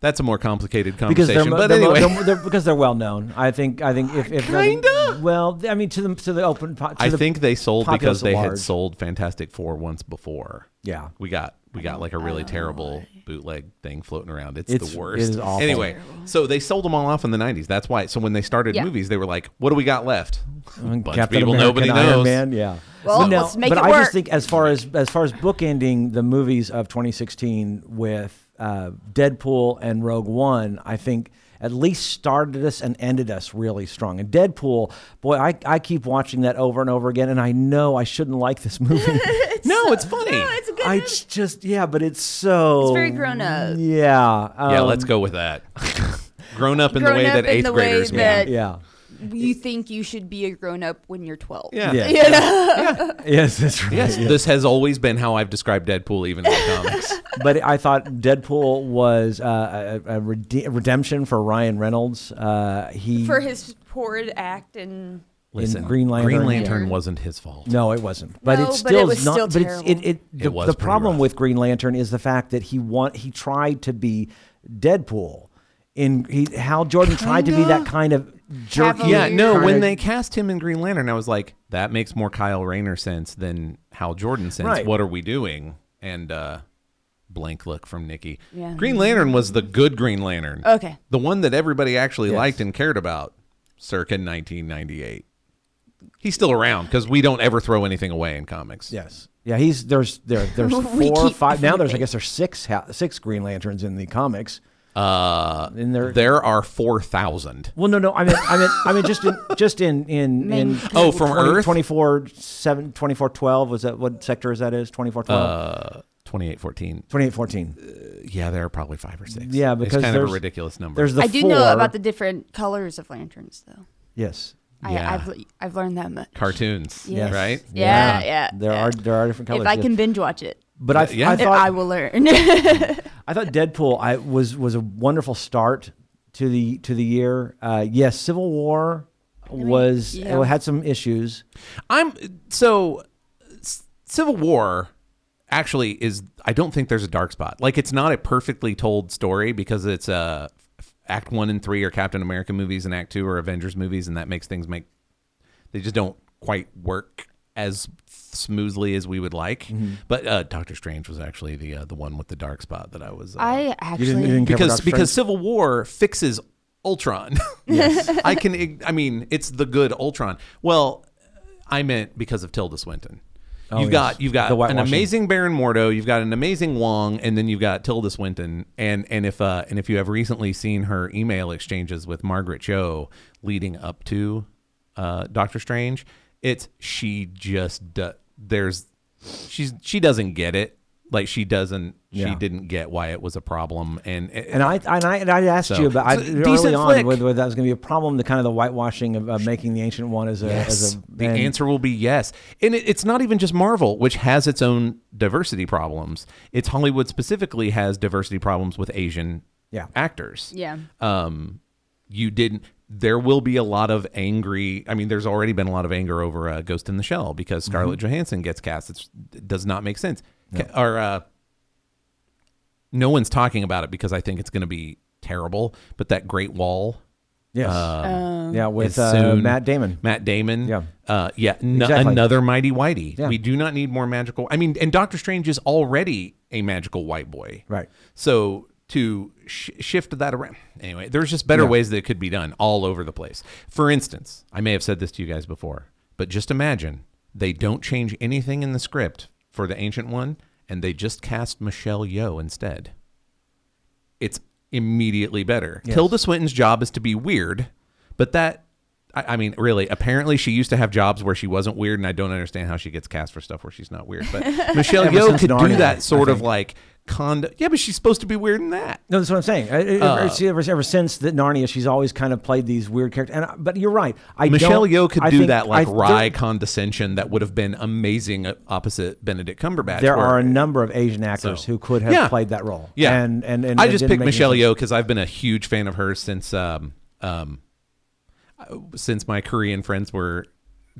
[SPEAKER 3] That's a more complicated
[SPEAKER 1] because
[SPEAKER 3] conversation.
[SPEAKER 1] they're, mo-
[SPEAKER 3] but
[SPEAKER 1] they're, mo-
[SPEAKER 3] anyway,
[SPEAKER 1] they're, they're- because they're well known. I think I think if, if nothing-
[SPEAKER 3] Kinda?
[SPEAKER 1] well, th- I mean to the to the open po- to
[SPEAKER 3] I
[SPEAKER 1] the,
[SPEAKER 3] think they sold because
[SPEAKER 1] populace at
[SPEAKER 3] they had
[SPEAKER 1] large.
[SPEAKER 3] sold Fantastic Four once before.
[SPEAKER 1] Yeah.
[SPEAKER 3] we got we got like a
[SPEAKER 2] Oh,
[SPEAKER 3] really terrible bootleg thing floating around. It's,
[SPEAKER 1] It's-
[SPEAKER 3] the
[SPEAKER 1] it
[SPEAKER 3] worst.
[SPEAKER 1] is awful.
[SPEAKER 3] Anyway, so they sold them all off in the '90s. That's why. So when they started
[SPEAKER 2] Yeah.
[SPEAKER 3] movies, they were like, "What do we got left?"
[SPEAKER 1] Mm, Captain
[SPEAKER 3] Bunch of people
[SPEAKER 1] America
[SPEAKER 3] nobody
[SPEAKER 1] and Iron
[SPEAKER 3] knows.
[SPEAKER 1] Man, yeah.
[SPEAKER 2] Well,
[SPEAKER 1] But
[SPEAKER 2] let's make
[SPEAKER 1] but
[SPEAKER 2] it
[SPEAKER 1] I
[SPEAKER 2] work.
[SPEAKER 1] just think as far as as far as bookending the movies of 2016 with uh, Deadpool and Rogue One, I think at least started us and ended us really strong. And Deadpool, boy, I, I keep watching that over and over again, and I know I shouldn't like this movie.
[SPEAKER 3] no, it's funny.
[SPEAKER 2] No, it's a good.
[SPEAKER 1] I j- just yeah, but it's so
[SPEAKER 2] It's very grown up.
[SPEAKER 1] Yeah,
[SPEAKER 3] yeah,
[SPEAKER 1] um,
[SPEAKER 3] let's go with that. grown up in the
[SPEAKER 2] Grown
[SPEAKER 3] way
[SPEAKER 2] up
[SPEAKER 3] that
[SPEAKER 2] in
[SPEAKER 3] eighth
[SPEAKER 2] the way
[SPEAKER 3] graders.
[SPEAKER 2] that-
[SPEAKER 1] Yeah,
[SPEAKER 2] you think you should be a grown-up when you're 12.
[SPEAKER 3] yeah.
[SPEAKER 1] yeah,
[SPEAKER 3] yeah.
[SPEAKER 1] yes, that's right.
[SPEAKER 3] Yes, this has always been how I've described Deadpool, even in the comics.
[SPEAKER 1] but I thought Deadpool was uh, a, a rede- redemption for Ryan Reynolds. Uh, he
[SPEAKER 2] For his horrid act and
[SPEAKER 3] Listen,
[SPEAKER 1] Green Lantern.
[SPEAKER 3] Lantern wasn't his fault.
[SPEAKER 1] no, it wasn't. But
[SPEAKER 2] No,
[SPEAKER 1] it's
[SPEAKER 2] but it
[SPEAKER 1] still
[SPEAKER 2] was
[SPEAKER 1] not.
[SPEAKER 2] still
[SPEAKER 1] but it's it.
[SPEAKER 2] terrible.
[SPEAKER 1] it, the,
[SPEAKER 3] was
[SPEAKER 1] the
[SPEAKER 3] pretty
[SPEAKER 1] problem
[SPEAKER 3] rough.
[SPEAKER 1] with Green Lantern is the fact that he want he tried to be Deadpool. In he, Hal Jordan tried to be that kind of jerky.
[SPEAKER 2] Cavalier.
[SPEAKER 3] Oh, Yeah, no.
[SPEAKER 1] kinda-
[SPEAKER 3] When they cast him in Green Lantern, I was like, that makes more Kyle Rayner sense than Hal Jordan sense.
[SPEAKER 1] Right.
[SPEAKER 3] What are we doing? And uh, blank look from Nikki.
[SPEAKER 2] Yeah.
[SPEAKER 3] Green Lantern was the good Green Lantern.
[SPEAKER 2] Okay.
[SPEAKER 3] the one that everybody actually liked and cared about, circa 1998. He's still around because we don't ever throw anything away in comics.
[SPEAKER 1] Yes. Yeah, he's there's there there's
[SPEAKER 2] We
[SPEAKER 1] four
[SPEAKER 2] keep
[SPEAKER 1] five now there's I
[SPEAKER 2] everything.
[SPEAKER 1] guess there's six ha- six Green Lanterns in the comics.
[SPEAKER 3] Uh,
[SPEAKER 1] In there,
[SPEAKER 3] there are four thousand.
[SPEAKER 1] well, no, no, I mean, I mean, I mean, just in just in in, in
[SPEAKER 3] Oh, from Earth?
[SPEAKER 1] 24 7 24 12 was that what sector is that is 24 12
[SPEAKER 3] Uh, 2814.
[SPEAKER 1] 28 14
[SPEAKER 3] Yeah, there are probably five or six.
[SPEAKER 1] Yeah, because
[SPEAKER 3] it's kind of
[SPEAKER 1] there's-
[SPEAKER 3] a ridiculous number.
[SPEAKER 1] There's the
[SPEAKER 2] I do
[SPEAKER 1] four,
[SPEAKER 2] know about the different colors of lanterns, though.
[SPEAKER 1] Yes.
[SPEAKER 3] Yeah.
[SPEAKER 2] I, I've le- I've learned that much.
[SPEAKER 3] cartoons,
[SPEAKER 1] Yes.
[SPEAKER 3] right?
[SPEAKER 2] Yeah, yeah.
[SPEAKER 1] There
[SPEAKER 2] yeah.
[SPEAKER 1] are there are different colors.
[SPEAKER 2] If I
[SPEAKER 1] yes.
[SPEAKER 2] can binge watch it,
[SPEAKER 1] but I,
[SPEAKER 3] Yeah.
[SPEAKER 1] I
[SPEAKER 2] if
[SPEAKER 1] thought
[SPEAKER 2] I will learn.
[SPEAKER 1] I thought Deadpool I was was a wonderful start to the to the year. Uh, yes, Civil War was
[SPEAKER 2] yeah.
[SPEAKER 1] had some issues.
[SPEAKER 3] I'm so S- Civil War actually is I don't think there's a dark spot. Like it's not a perfectly told story because it's uh, f- act 1 and 3 are Captain America movies and act 2 are Avengers movies and that makes things make they just don't quite work as smoothly as we would like. But uh, Doctor Strange was actually the uh, the one with the dark spot that I was uh,
[SPEAKER 2] I
[SPEAKER 1] You didn't,
[SPEAKER 2] actually
[SPEAKER 1] you didn't care for
[SPEAKER 3] because
[SPEAKER 1] Doctor
[SPEAKER 3] because
[SPEAKER 1] Strange?
[SPEAKER 3] Civil War fixes Ultron. I can ig- I mean it's the good Ultron. Well, I meant because of Tilda Swinton. you've
[SPEAKER 1] Oh, yes.
[SPEAKER 3] got you've got
[SPEAKER 1] The
[SPEAKER 3] an
[SPEAKER 1] whitewashing.
[SPEAKER 3] amazing Baron Mordo, you've got an amazing Wong, and then you've got Tilda Swinton. And and if uh and if you have recently seen her email exchanges with Margaret Cho leading up to uh Doctor Strange, it's she just do- there's she's she doesn't get it. Like she doesn't
[SPEAKER 1] Yeah.
[SPEAKER 3] she didn't get why it was a problem and
[SPEAKER 1] And I and I and I asked
[SPEAKER 3] So,
[SPEAKER 1] you about I,
[SPEAKER 3] it's a
[SPEAKER 1] early
[SPEAKER 3] decent
[SPEAKER 1] on
[SPEAKER 3] flick.
[SPEAKER 1] whether, whether that was going to be a problem, the kind of the whitewashing of, of making the ancient one as a as
[SPEAKER 3] Yes.
[SPEAKER 1] a
[SPEAKER 3] the
[SPEAKER 1] and-
[SPEAKER 3] answer will be yes. And it, it's not even just Marvel, which has its own diversity problems. It's Hollywood specifically has diversity problems with Asian
[SPEAKER 1] Yeah.
[SPEAKER 3] actors.
[SPEAKER 2] yeah.
[SPEAKER 3] Um, you didn't. There will be a lot of angry. I mean, there's already been a lot of anger over uh, Ghost in the Shell because
[SPEAKER 1] Mm-hmm.
[SPEAKER 3] Scarlett Johansson gets cast. It's, it does not make sense. Ca- Or uh, no one's talking about it because I think it's going to be terrible. But that Great Wall
[SPEAKER 1] Yes. yeah, with
[SPEAKER 3] is
[SPEAKER 1] uh,
[SPEAKER 3] soon.
[SPEAKER 1] Matt Damon.
[SPEAKER 3] Matt Damon.
[SPEAKER 1] Yeah.
[SPEAKER 3] Uh, yeah. n-
[SPEAKER 1] Exactly.
[SPEAKER 3] Another Mighty Whitey.
[SPEAKER 1] Yeah.
[SPEAKER 3] We do not need more magical. I mean, and Doctor Strange is already a magical white boy.
[SPEAKER 1] Right.
[SPEAKER 3] So to sh- shift that around, anyway, there's just better ways that it could be done all over the place. For instance, I may have said this to you guys before, but just imagine they don't change anything in the script for the Ancient One, and they just cast Michelle Yeoh instead. It's immediately better. Tilda Swinton's job is to be weird, but that. I I mean, really. Apparently, she used to have jobs where she wasn't weird, and I don't understand how she gets cast for stuff where she's not weird. But Michelle
[SPEAKER 1] Ever
[SPEAKER 3] Yeoh
[SPEAKER 1] since
[SPEAKER 3] could do
[SPEAKER 1] Narnia,
[SPEAKER 3] that sort
[SPEAKER 1] I
[SPEAKER 3] of like condo. Yeah, but she's supposed to be weird in that.
[SPEAKER 1] No, that's what I'm saying. I-
[SPEAKER 3] Uh.
[SPEAKER 1] I- ever- see, ever, ever since that Narnia, she's always kind of played these weird characters. And I- but you're right. I
[SPEAKER 3] Michelle
[SPEAKER 1] don't-
[SPEAKER 3] Yeoh could
[SPEAKER 1] I
[SPEAKER 3] do
[SPEAKER 1] think-
[SPEAKER 3] that
[SPEAKER 1] I
[SPEAKER 3] like
[SPEAKER 1] don't-
[SPEAKER 3] wry condescension that would have been amazing uh, opposite Benedict Cumberbatch.
[SPEAKER 1] There
[SPEAKER 3] where-
[SPEAKER 1] are a number of Asian actors
[SPEAKER 3] So-
[SPEAKER 1] who could have
[SPEAKER 3] Yeah.
[SPEAKER 1] played that role.
[SPEAKER 3] Yeah,
[SPEAKER 1] and and, and
[SPEAKER 3] I
[SPEAKER 1] it
[SPEAKER 3] just
[SPEAKER 1] didn't
[SPEAKER 3] picked
[SPEAKER 1] make any
[SPEAKER 3] Michelle
[SPEAKER 1] sense.
[SPEAKER 3] Yeoh because I've been a huge fan of her since um um uh, since my Korean friends were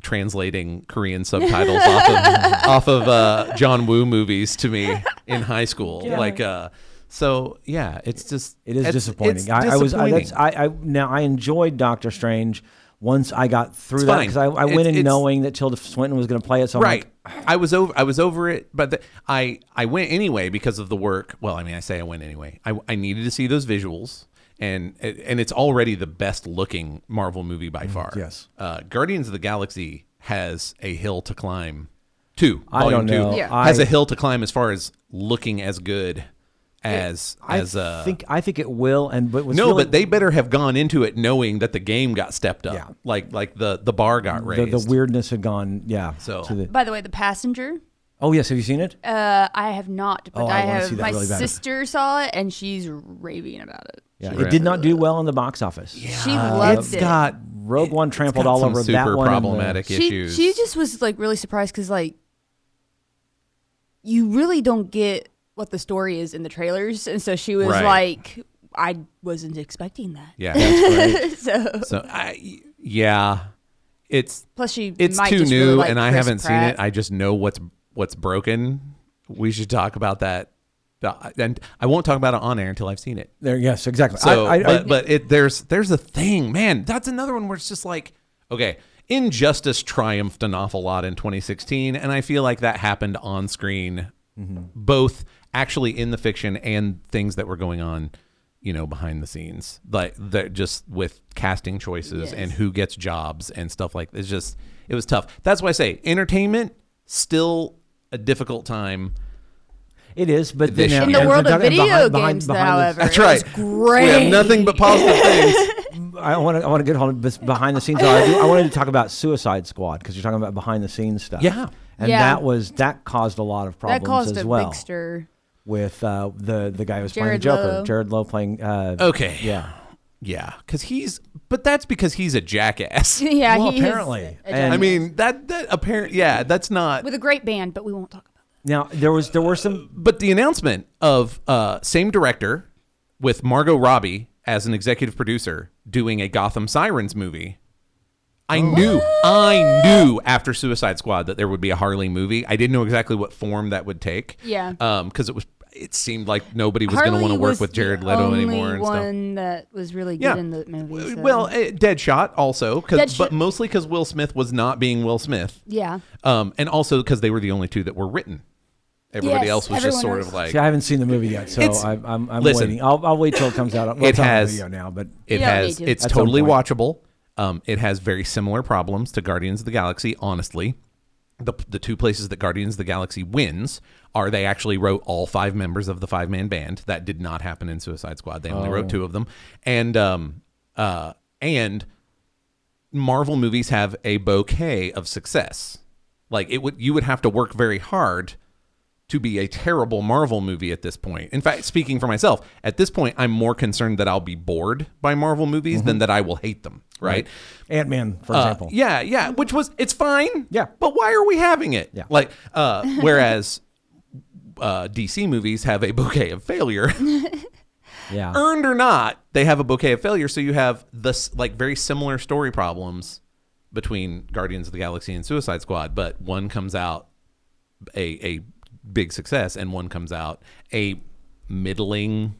[SPEAKER 3] translating Korean subtitles off of off of uh, John Woo movies to me in high school. Like uh, so yeah, it's just
[SPEAKER 1] It is
[SPEAKER 3] it's-
[SPEAKER 1] disappointing.
[SPEAKER 3] it's
[SPEAKER 1] I, I was I, that's,
[SPEAKER 3] disappointing.
[SPEAKER 1] I, I now I enjoyed Doctor Strange once I got through that
[SPEAKER 3] fine.
[SPEAKER 1] because I, I
[SPEAKER 3] It's-
[SPEAKER 1] went in
[SPEAKER 3] it's-
[SPEAKER 1] knowing that Tilda Swinton was going to play it. So I'm
[SPEAKER 3] right
[SPEAKER 1] like,
[SPEAKER 3] i was over i was over it but the, i i went anyway because of the work well i mean i say i went anyway i, I needed to see those visuals and and it's already the best looking marvel movie by far
[SPEAKER 1] Mm-hmm. yes.
[SPEAKER 3] uh, guardians of the galaxy has a hill to climb two
[SPEAKER 1] I
[SPEAKER 3] volume
[SPEAKER 1] don't know.
[SPEAKER 3] two
[SPEAKER 1] Yeah.
[SPEAKER 3] has
[SPEAKER 1] I-
[SPEAKER 3] a hill to climb as far as looking as good as as
[SPEAKER 1] I
[SPEAKER 3] uh
[SPEAKER 1] think I think it will. And but what's
[SPEAKER 3] no,
[SPEAKER 1] really-
[SPEAKER 3] but they better have gone into it knowing that the game got stepped up,
[SPEAKER 1] Yeah.
[SPEAKER 3] like like the the bar got
[SPEAKER 1] the,
[SPEAKER 3] raised.
[SPEAKER 1] the weirdness had gone. Yeah.
[SPEAKER 3] So-
[SPEAKER 1] to the,
[SPEAKER 2] By the way, the passenger.
[SPEAKER 1] oh yes, have you seen it?
[SPEAKER 2] Uh, I have not, but
[SPEAKER 1] Oh, I
[SPEAKER 2] I,
[SPEAKER 1] wanna
[SPEAKER 2] have.
[SPEAKER 1] see that
[SPEAKER 2] My
[SPEAKER 1] really bad.
[SPEAKER 2] sister saw it, and she's raving about it.
[SPEAKER 1] Yeah,
[SPEAKER 3] Sure.
[SPEAKER 1] it did not do well in the box office.
[SPEAKER 2] She loved
[SPEAKER 3] it's
[SPEAKER 2] it.
[SPEAKER 3] got
[SPEAKER 1] Rogue One trampled all
[SPEAKER 3] some
[SPEAKER 1] over
[SPEAKER 3] super
[SPEAKER 1] that one. and the-
[SPEAKER 3] problematic
[SPEAKER 2] she,
[SPEAKER 3] issues.
[SPEAKER 2] she just was like really surprised because like you really don't get what the story is in the trailers, and so she was
[SPEAKER 3] Right.
[SPEAKER 2] like, "I wasn't expecting that."
[SPEAKER 3] yeah.
[SPEAKER 2] So
[SPEAKER 3] so I yeah, it's
[SPEAKER 2] plus she
[SPEAKER 3] it's
[SPEAKER 2] might
[SPEAKER 3] too
[SPEAKER 2] just
[SPEAKER 3] new
[SPEAKER 2] really like
[SPEAKER 3] and I
[SPEAKER 2] Chris
[SPEAKER 3] haven't
[SPEAKER 2] Pratt.
[SPEAKER 3] seen it. I just know what's what's broken. We should talk about that. Uh, And I won't talk about it on air until I've seen it.
[SPEAKER 1] There, yes, exactly.
[SPEAKER 3] So,
[SPEAKER 1] I, I,
[SPEAKER 3] but,
[SPEAKER 1] I,
[SPEAKER 3] but it there's there's a thing, man. That's another one where it's just like, okay, injustice triumphed an awful lot in 2016, and I feel like that happened on screen, both actually in the fiction and things that were going on, you know, behind the scenes, like that just with casting choices and who gets jobs and stuff like. It's just it was tough. That's why I say entertainment still a difficult time.
[SPEAKER 1] it is. But
[SPEAKER 3] This
[SPEAKER 1] then,
[SPEAKER 3] year.
[SPEAKER 2] in
[SPEAKER 3] Yeah,
[SPEAKER 2] the
[SPEAKER 3] and
[SPEAKER 2] world of
[SPEAKER 1] behind-
[SPEAKER 2] video
[SPEAKER 1] behind- behind
[SPEAKER 2] games,
[SPEAKER 1] the-
[SPEAKER 2] however,
[SPEAKER 3] That's
[SPEAKER 2] it
[SPEAKER 3] right.
[SPEAKER 2] was great.
[SPEAKER 3] We have nothing but positive things.
[SPEAKER 1] I want to. I want to get hold of this behind the scenes. I, do, I wanted to talk about Suicide Squad because you're talking about behind the scenes stuff.
[SPEAKER 3] Yeah.
[SPEAKER 1] and
[SPEAKER 2] Yeah.
[SPEAKER 1] that was that caused a lot of problems
[SPEAKER 2] that caused
[SPEAKER 1] as
[SPEAKER 2] a
[SPEAKER 1] well
[SPEAKER 2] big stir.
[SPEAKER 1] with uh, the the guy who was playing
[SPEAKER 2] Jared
[SPEAKER 1] Joker,
[SPEAKER 2] Leto.
[SPEAKER 1] Jared Lowe playing. Uh,
[SPEAKER 3] Okay.
[SPEAKER 1] Yeah.
[SPEAKER 3] Yeah, because he's, but that's because he's a jackass.
[SPEAKER 2] yeah,
[SPEAKER 1] Well,
[SPEAKER 2] he is
[SPEAKER 1] apparently.
[SPEAKER 2] a
[SPEAKER 1] And-
[SPEAKER 2] giant-
[SPEAKER 3] I mean, that that apparent, yeah, that's not.
[SPEAKER 2] with a great band, but we won't talk about
[SPEAKER 1] Now there was there were some.
[SPEAKER 3] But the announcement of uh, same director with Margot Robbie as an executive producer doing a Gotham Sirens movie. I
[SPEAKER 2] Oh.
[SPEAKER 3] knew, I knew after Suicide Squad that there would be a Harley movie. I didn't know exactly what form that would take.
[SPEAKER 2] Yeah.
[SPEAKER 3] because it was, it seemed like nobody
[SPEAKER 2] that.
[SPEAKER 3] was going to
[SPEAKER 2] Harley
[SPEAKER 3] want to work
[SPEAKER 2] was
[SPEAKER 3] with Jared
[SPEAKER 2] the
[SPEAKER 3] Leto
[SPEAKER 2] only
[SPEAKER 3] anymore. And stuff.
[SPEAKER 2] One that was really good
[SPEAKER 3] Yeah.
[SPEAKER 2] in the
[SPEAKER 1] Uh,
[SPEAKER 2] movie. so-
[SPEAKER 3] Well, eh, Deadshot also, 'cause-
[SPEAKER 2] Deadshot-
[SPEAKER 3] but mostly because Will Smith was not being Will Smith,
[SPEAKER 2] yeah,
[SPEAKER 3] um, and also because they were the only two that were written. Everybody
[SPEAKER 2] Yes,
[SPEAKER 3] else was just
[SPEAKER 2] everyone
[SPEAKER 3] sort
[SPEAKER 2] else.
[SPEAKER 3] of like
[SPEAKER 1] See, I haven't seen the movie yet, so
[SPEAKER 3] It's-
[SPEAKER 1] I'm I'm, I'm
[SPEAKER 3] listen.
[SPEAKER 1] waiting. I'll, I'll wait till it comes out. Well, it's on
[SPEAKER 3] has-
[SPEAKER 1] video now, but
[SPEAKER 3] it
[SPEAKER 2] You don't
[SPEAKER 3] has.
[SPEAKER 2] need to.
[SPEAKER 3] It's
[SPEAKER 1] At some
[SPEAKER 3] totally
[SPEAKER 1] point.
[SPEAKER 3] watchable. Um, it has very similar problems to Guardians of the Galaxy. Honestly, the the two places that Guardians of the Galaxy wins are they actually wrote all five members of the five man band. That did not happen in Suicide Squad. They only wrote
[SPEAKER 1] Oh.
[SPEAKER 3] two of them, and um, uh, and Marvel movies have a bouquet of success. Like it would you would have to work very hard to be a terrible Marvel movie at this point. In fact, speaking for myself, at this point I'm more concerned that I'll be bored by Marvel movies than that I will hate them, right?
[SPEAKER 1] Ant Man, for
[SPEAKER 3] Uh,
[SPEAKER 1] Mm-hmm. example.
[SPEAKER 3] yeah, yeah, which was it's fine.
[SPEAKER 1] Yeah.
[SPEAKER 3] But why are we having it?
[SPEAKER 1] Yeah.
[SPEAKER 3] Like uh whereas uh DC movies have a bouquet of failure
[SPEAKER 1] yeah.
[SPEAKER 3] earned or not, they have a bouquet of failure. So you have this like very similar story problems between Guardians of the Galaxy and Suicide Squad, but one comes out a a big success and one comes out a middling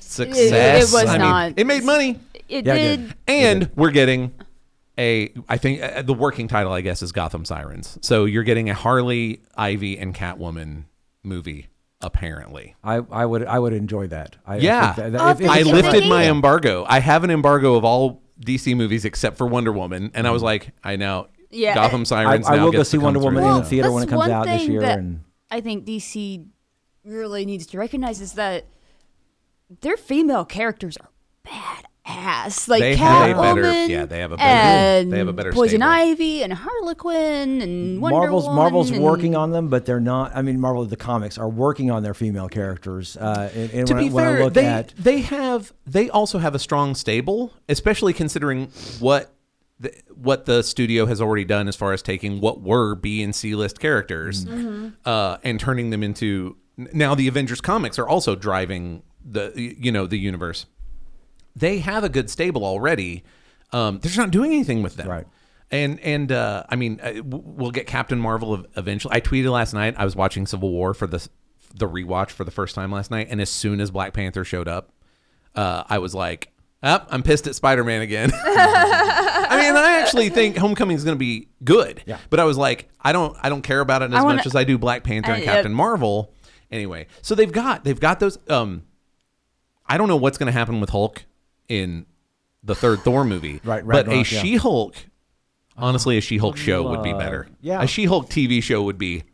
[SPEAKER 3] success.
[SPEAKER 2] was
[SPEAKER 3] I mean,
[SPEAKER 2] not.
[SPEAKER 3] it made money,
[SPEAKER 2] it
[SPEAKER 1] Yeah, it
[SPEAKER 2] did.
[SPEAKER 1] did.
[SPEAKER 3] and we're getting. A, I think uh, the working title, I guess, is Gotham Sirens. So you're getting a Harley, Ivy, and Catwoman movie apparently.
[SPEAKER 1] I, I would I would enjoy that. I, I
[SPEAKER 3] Yeah.
[SPEAKER 1] think
[SPEAKER 2] Oh,
[SPEAKER 1] if- if
[SPEAKER 3] I
[SPEAKER 1] it's-
[SPEAKER 2] Thank
[SPEAKER 3] lifted
[SPEAKER 2] you.
[SPEAKER 3] my embargo. I have an embargo of all DC movies except for Wonder Woman, and I was like, I know.
[SPEAKER 2] Yeah.
[SPEAKER 3] Gotham Sirens.
[SPEAKER 1] Mm-hmm. I
[SPEAKER 3] now
[SPEAKER 1] will go
[SPEAKER 3] gets to
[SPEAKER 1] see
[SPEAKER 3] come
[SPEAKER 1] Wonder Woman
[SPEAKER 3] through.
[SPEAKER 1] in the theater when
[SPEAKER 2] that's
[SPEAKER 1] it comes
[SPEAKER 2] one
[SPEAKER 1] out this
[SPEAKER 2] thing
[SPEAKER 1] year,
[SPEAKER 2] that
[SPEAKER 1] and-
[SPEAKER 2] I think DC really needs to recognize is that their female characters are badass. Like
[SPEAKER 3] They have a better-
[SPEAKER 2] Catwoman,
[SPEAKER 3] yeah, they have a better-
[SPEAKER 2] and
[SPEAKER 3] they have a better
[SPEAKER 2] Poison
[SPEAKER 3] stable.
[SPEAKER 2] Ivy and Harlequin and Wonder
[SPEAKER 1] Marvel's
[SPEAKER 2] Woman.
[SPEAKER 1] Marvel's
[SPEAKER 2] and-
[SPEAKER 1] working on them, but they're not. I mean, Marvel the comics are working on their female characters. Uh, and, and
[SPEAKER 3] to
[SPEAKER 1] when,
[SPEAKER 3] be
[SPEAKER 1] I, when I
[SPEAKER 3] fair,
[SPEAKER 1] look
[SPEAKER 3] they
[SPEAKER 1] at
[SPEAKER 3] they have they also have a strong stable, especially considering what the, what the studio has already done as far as taking what were B and C list characters
[SPEAKER 1] Mm-hmm.
[SPEAKER 3] uh, and turning them into now the Avengers comics are also driving the you know the universe. They have a good stable already. Um, they're just not doing anything with them,
[SPEAKER 1] Right.
[SPEAKER 3] And and uh, I mean, uh, w- we'll get Captain Marvel ev- eventually. I tweeted last night. I was watching Civil War for the the rewatch for the first time last night, and as soon as Black Panther showed up, uh, I was like, "Up, I'm pissed at Spider Man again." I mean, I actually think Homecoming is going to be good,
[SPEAKER 1] Yeah.
[SPEAKER 3] but I was like, I don't I don't care about it as
[SPEAKER 2] wanna-
[SPEAKER 3] much as I do Black Panther and
[SPEAKER 2] I-
[SPEAKER 3] Captain
[SPEAKER 2] yeah.
[SPEAKER 3] Marvel. Anyway, so they've got they've got those. Um, I don't know what's going to happen with Hulk in the third Thor movie,
[SPEAKER 1] Right,
[SPEAKER 3] But a
[SPEAKER 1] Ragnarok, yeah. Uh,
[SPEAKER 3] She Hulk, honestly, a She Hulk show would be better.
[SPEAKER 1] yeah.
[SPEAKER 3] a She Hulk TV show would be